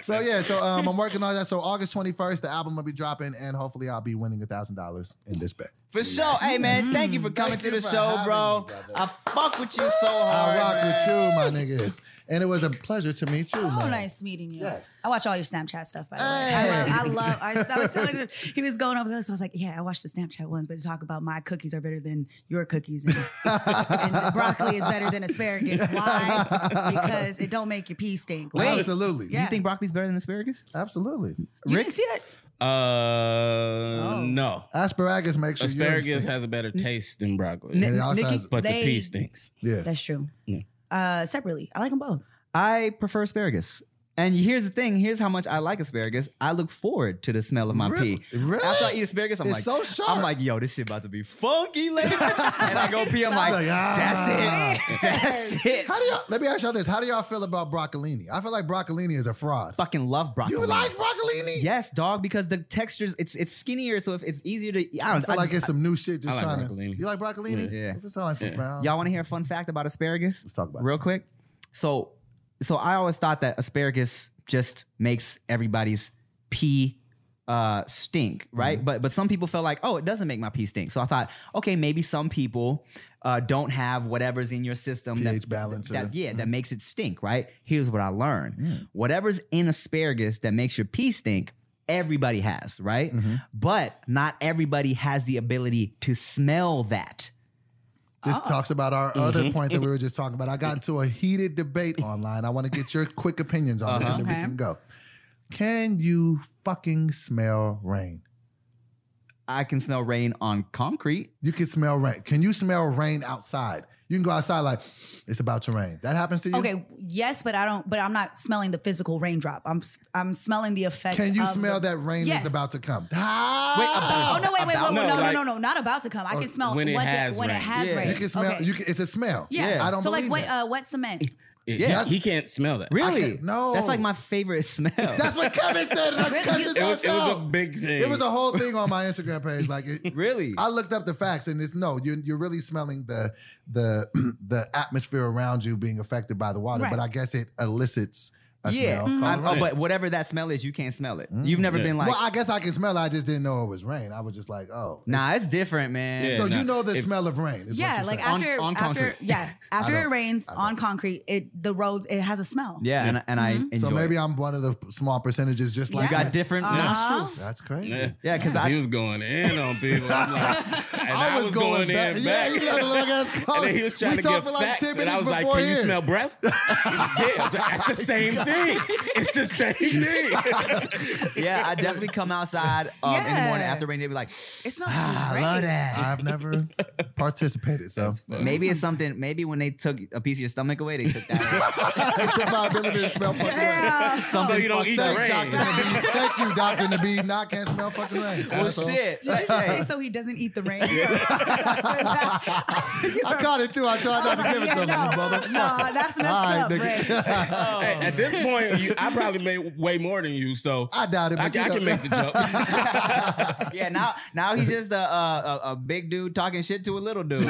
[SPEAKER 4] so yeah, so um, I'm working on that. So August 21st, the album will be dropping, and hopefully I'll be winning a thousand dollars in this bet.
[SPEAKER 1] For sure. Hey man, thank you for coming
[SPEAKER 4] Mm-hmm. Thank
[SPEAKER 1] to
[SPEAKER 4] you
[SPEAKER 1] the
[SPEAKER 4] for
[SPEAKER 1] show,
[SPEAKER 4] having
[SPEAKER 1] bro.
[SPEAKER 4] me, brother.
[SPEAKER 1] I fuck with you so
[SPEAKER 4] I
[SPEAKER 1] hard.
[SPEAKER 4] rock
[SPEAKER 1] man.
[SPEAKER 4] with you, my nigga, and it was a pleasure to meet you.
[SPEAKER 3] So
[SPEAKER 4] man.
[SPEAKER 3] nice meeting you.
[SPEAKER 4] Yes.
[SPEAKER 3] I watch all your Snapchat stuff, by the way. I love, I love I, I was telling him, he was going over this. I was like, yeah, I watched the Snapchat ones, but to talk about my cookies are better than your cookies. And, and broccoli is better than asparagus. Why? Because it don't make your pee stink. Like,
[SPEAKER 4] Absolutely,
[SPEAKER 1] You
[SPEAKER 3] Yeah.
[SPEAKER 1] think broccoli's better than asparagus?
[SPEAKER 4] absolutely.
[SPEAKER 3] you
[SPEAKER 1] Rick?
[SPEAKER 3] didn't see that?
[SPEAKER 2] Uh,
[SPEAKER 4] Oh.
[SPEAKER 2] no.
[SPEAKER 4] Asparagus makes sure
[SPEAKER 2] Asparagus has a better taste than broccoli,
[SPEAKER 1] N-
[SPEAKER 4] it also
[SPEAKER 1] Nikki,
[SPEAKER 4] has-
[SPEAKER 2] but
[SPEAKER 3] They-
[SPEAKER 2] the pea stinks.
[SPEAKER 4] yeah.
[SPEAKER 3] That's true.
[SPEAKER 2] Yeah.
[SPEAKER 3] Uh, separately, I like them both.
[SPEAKER 1] I prefer asparagus. And here's the thing. Here's how much I like asparagus. I look forward to the smell of my
[SPEAKER 4] Really?
[SPEAKER 1] pee.
[SPEAKER 4] Really?
[SPEAKER 1] After I eat asparagus, I'm
[SPEAKER 4] It's
[SPEAKER 1] like,
[SPEAKER 4] so sharp.
[SPEAKER 1] I'm like, yo, this shit about to be funky later. and I go pee. I'm like,
[SPEAKER 4] like, ah.
[SPEAKER 1] that's it. That's it.
[SPEAKER 4] How do y'all? Let me ask y'all this: How do y'all feel about broccolini? I feel like broccolini is a fraud.
[SPEAKER 1] Fucking love broccoli.
[SPEAKER 4] You like broccolini?
[SPEAKER 1] Yes, dog, because the textures it's it's skinnier, so if it's easier to I don't
[SPEAKER 4] I feel
[SPEAKER 1] I
[SPEAKER 4] like
[SPEAKER 1] just-
[SPEAKER 4] it's some new shit. Just
[SPEAKER 2] I like
[SPEAKER 4] trying
[SPEAKER 2] broccolini.
[SPEAKER 4] to. You like broccolini?
[SPEAKER 1] Yeah.
[SPEAKER 4] It sounds like some brown.
[SPEAKER 1] y'all want to hear a fun fact about asparagus?
[SPEAKER 4] Let's talk about
[SPEAKER 1] real quick. So so I always thought that asparagus just makes everybody's pee uh stink, right? But but some people felt like, oh, it doesn't make my pee stink. So I thought, okay, maybe some people uh don't have whatever's in your system that
[SPEAKER 4] pH balance.
[SPEAKER 1] that yeah, that makes it stink, right? Here's what I learned. Whatever's in asparagus that makes your pee stink, everybody has, right?
[SPEAKER 4] Mm. Mm-hmm.
[SPEAKER 1] But not everybody has the ability to smell that. Uh,
[SPEAKER 4] This talks about our
[SPEAKER 2] Mm-hmm.
[SPEAKER 4] other point that we were just talking
[SPEAKER 1] Uh-huh.
[SPEAKER 4] about. I got into a heated debate online. I want to get your quick opinions on this, and then
[SPEAKER 3] Okay.
[SPEAKER 4] we can go. Can you fucking smell rain?
[SPEAKER 1] I can smell rain on concrete.
[SPEAKER 4] You can smell rain. Can you smell rain outside? You can go outside like it's about to rain. That happens to you.
[SPEAKER 3] Okay, yes, but I don't. But I'm not smelling the physical raindrop. I'm s- I'm smelling the effect.
[SPEAKER 4] Can you
[SPEAKER 3] of
[SPEAKER 4] smell
[SPEAKER 3] the-
[SPEAKER 4] that rain
[SPEAKER 3] um, Yes. uh,
[SPEAKER 4] is about to come? Ah! How?
[SPEAKER 1] Wait, about-
[SPEAKER 3] Oh no! Wait, wait, wait,
[SPEAKER 1] About-
[SPEAKER 3] wait, no, no,
[SPEAKER 2] No, like-
[SPEAKER 3] no, no, not about to come. I
[SPEAKER 4] Oh,
[SPEAKER 3] can smell
[SPEAKER 2] when it
[SPEAKER 3] what's
[SPEAKER 2] has
[SPEAKER 3] when it
[SPEAKER 2] rain.
[SPEAKER 3] has
[SPEAKER 1] Yeah.
[SPEAKER 3] rain.
[SPEAKER 4] you can smell.
[SPEAKER 3] Okay.
[SPEAKER 4] You can, it's a smell.
[SPEAKER 3] yeah.
[SPEAKER 1] Yeah.
[SPEAKER 4] I don't
[SPEAKER 3] so like
[SPEAKER 4] believe
[SPEAKER 3] wet,
[SPEAKER 4] that.
[SPEAKER 3] uh, wet cement.
[SPEAKER 1] Yeah.
[SPEAKER 2] Yeah, he can't smell that.
[SPEAKER 4] I
[SPEAKER 1] Really?
[SPEAKER 4] can't- no.
[SPEAKER 1] That's like my favorite smell.
[SPEAKER 4] Oh. That's what Kevin said. and I cussed his
[SPEAKER 2] It was,
[SPEAKER 4] ass
[SPEAKER 2] it was a
[SPEAKER 4] out.
[SPEAKER 2] big thing.
[SPEAKER 4] It was a whole thing on my Instagram page. Like, it,
[SPEAKER 1] really.
[SPEAKER 4] I looked up the facts, and it's no. You're you're really smelling the the the atmosphere around you being affected by the water,
[SPEAKER 3] Right. Mm-hmm.
[SPEAKER 4] but I guess it elicits a
[SPEAKER 1] yeah.
[SPEAKER 4] smell.
[SPEAKER 1] I-
[SPEAKER 4] called
[SPEAKER 1] oh,
[SPEAKER 4] rain.
[SPEAKER 1] but whatever that smell is, you can't smell it. You've never
[SPEAKER 2] Yeah.
[SPEAKER 1] been like,
[SPEAKER 4] Mm. well, I guess I can smell. it. I just didn't know it was rain. I was just like, oh,
[SPEAKER 1] nah, it's different, man.
[SPEAKER 2] Yeah.
[SPEAKER 4] So
[SPEAKER 2] nah.
[SPEAKER 4] you know the
[SPEAKER 2] If-
[SPEAKER 4] smell of rain. Is
[SPEAKER 3] Yeah,
[SPEAKER 4] what
[SPEAKER 3] like
[SPEAKER 4] I,
[SPEAKER 1] On-
[SPEAKER 3] after
[SPEAKER 1] on
[SPEAKER 3] after
[SPEAKER 1] concrete.
[SPEAKER 3] yeah after
[SPEAKER 4] I
[SPEAKER 3] it
[SPEAKER 4] don't-
[SPEAKER 3] rains
[SPEAKER 4] I don't.
[SPEAKER 3] on concrete, it the roads it has a smell.
[SPEAKER 1] Yeah, and, and I
[SPEAKER 3] Mhm.
[SPEAKER 1] enjoy
[SPEAKER 4] Mm-hmm. so maybe
[SPEAKER 1] it.
[SPEAKER 4] I'm one of the small percentages, just
[SPEAKER 1] you
[SPEAKER 4] like
[SPEAKER 1] got
[SPEAKER 4] that.
[SPEAKER 1] different
[SPEAKER 3] Uh-huh.
[SPEAKER 1] nostrils.
[SPEAKER 4] That's crazy.
[SPEAKER 2] Yeah.
[SPEAKER 1] Yeah, because
[SPEAKER 2] he
[SPEAKER 1] I
[SPEAKER 2] was going in on people. I'm like, and I, was, going, in back.
[SPEAKER 4] Yeah, you got a long ass
[SPEAKER 2] and then he was trying
[SPEAKER 4] we
[SPEAKER 2] to get
[SPEAKER 4] talked for like
[SPEAKER 2] facts,
[SPEAKER 4] 10
[SPEAKER 2] and I
[SPEAKER 4] minutes
[SPEAKER 2] was like, "Can you
[SPEAKER 4] beforehand.
[SPEAKER 2] smell breath?" yeah, I was like, that's the same thing. It's the same thing.
[SPEAKER 1] yeah, I definitely come outside um, in the morning
[SPEAKER 3] Yeah.
[SPEAKER 1] after rain. They be like,
[SPEAKER 3] It smells
[SPEAKER 1] ah, I
[SPEAKER 3] great.
[SPEAKER 1] love that.
[SPEAKER 4] I've never participated, so
[SPEAKER 1] Maybe it's something. Maybe when they took a piece of your stomach away, they took that. out.
[SPEAKER 4] it took my ability to smell fucking rain.
[SPEAKER 3] Yeah.
[SPEAKER 2] so you don't eat
[SPEAKER 4] Thanks,
[SPEAKER 2] rain.
[SPEAKER 4] Dr. Nabeed. Thank you, Dr. Nabeed. Now I can't smell fucking rain.
[SPEAKER 1] well,
[SPEAKER 4] asshole.
[SPEAKER 1] Oh, shit.
[SPEAKER 3] Did you
[SPEAKER 1] Hey,
[SPEAKER 3] say so he doesn't eat the rain? I
[SPEAKER 4] I caught it too. I tried not to give it to him, you
[SPEAKER 3] no,
[SPEAKER 4] motherfucker.
[SPEAKER 3] no, that's messed
[SPEAKER 4] All
[SPEAKER 3] up,
[SPEAKER 4] right,
[SPEAKER 3] Ray.
[SPEAKER 4] nigga.
[SPEAKER 2] Hey, at this point, you, I probably made way more than you, so I,
[SPEAKER 4] I doubt it. But
[SPEAKER 2] can- I
[SPEAKER 4] you
[SPEAKER 2] can
[SPEAKER 4] know-
[SPEAKER 2] make the joke.
[SPEAKER 1] yeah, now now he's just a, a a- a big dude talking shit to a little dude.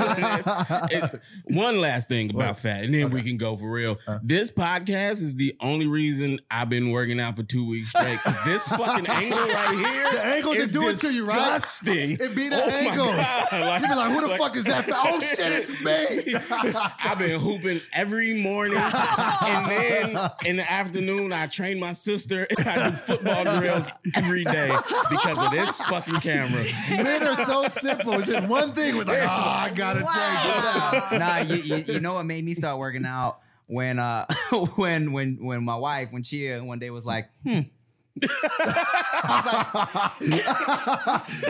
[SPEAKER 2] Yeah. It- one last thing about
[SPEAKER 4] What? Uh-huh.
[SPEAKER 2] fat, and then we can go for real. this podcast is the only reason I've been working out for two weeks straight. 'cause this fucking angle right here,
[SPEAKER 4] The angle to
[SPEAKER 2] is
[SPEAKER 4] do it to you, right?
[SPEAKER 2] Disgusting.
[SPEAKER 4] It be the
[SPEAKER 2] Oh my
[SPEAKER 4] angles.
[SPEAKER 2] God,
[SPEAKER 4] You be like, who the fuck is that? fat? Oh shit, it's me.
[SPEAKER 2] I've been hooping every morning, and then in the afternoon I train my sister. And I do football drills every day because of this fucking camera.
[SPEAKER 4] Men are so simple. It's just one thing. Was like, oh, I gotta change it up.
[SPEAKER 1] nah, you, you, you know what made me start working out when uh when when when my wife when Chia one day was like, hmm,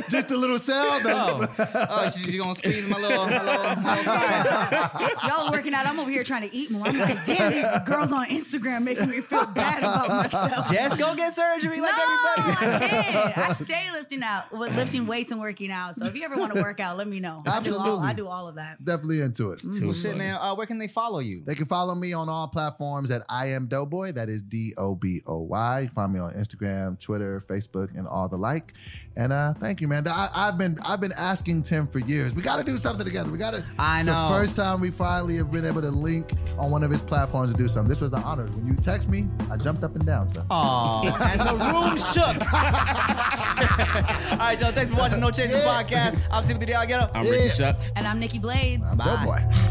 [SPEAKER 4] Just a little sound. though.
[SPEAKER 1] oh, oh she, she gonna squeeze my little my little, my little side.
[SPEAKER 3] Y'all are working out. I'm over here trying to eat more. I'm like, damn, these girls on Instagram making me feel bad about myself.
[SPEAKER 1] Just go get surgery like
[SPEAKER 3] no,
[SPEAKER 1] everybody.
[SPEAKER 3] I did. I stay lifting out, with lifting weights and working out. So if you ever want to work out, let me know. I do all,
[SPEAKER 4] Absolutely.
[SPEAKER 3] I do all of that.
[SPEAKER 4] Definitely into it.
[SPEAKER 2] Too
[SPEAKER 1] Shit,
[SPEAKER 2] funny.
[SPEAKER 1] man. Uh, where can they follow you?
[SPEAKER 4] They can follow me on all platforms at I am Doughboy. That is D O B O Y. You can Find me on Instagram, Twitter, Facebook, and all the like. And uh, thank you, man. I, I've been I've been asking Tim for years. We got to do something together. We got to.
[SPEAKER 1] I know.
[SPEAKER 4] The first time we finally have been able to link on one of his platforms to do something. This was an honor. When you text me, I jumped up and down. So.
[SPEAKER 1] Aw, and the room shook. All right, y'all. Thanks for watching No Chasing
[SPEAKER 4] Yeah.
[SPEAKER 1] Podcast. I'm Timothy Delgado.
[SPEAKER 2] I'm Ricky
[SPEAKER 4] Yeah.
[SPEAKER 2] Shucks.
[SPEAKER 3] And I'm Nikki Blades.
[SPEAKER 4] I'm Doughboy.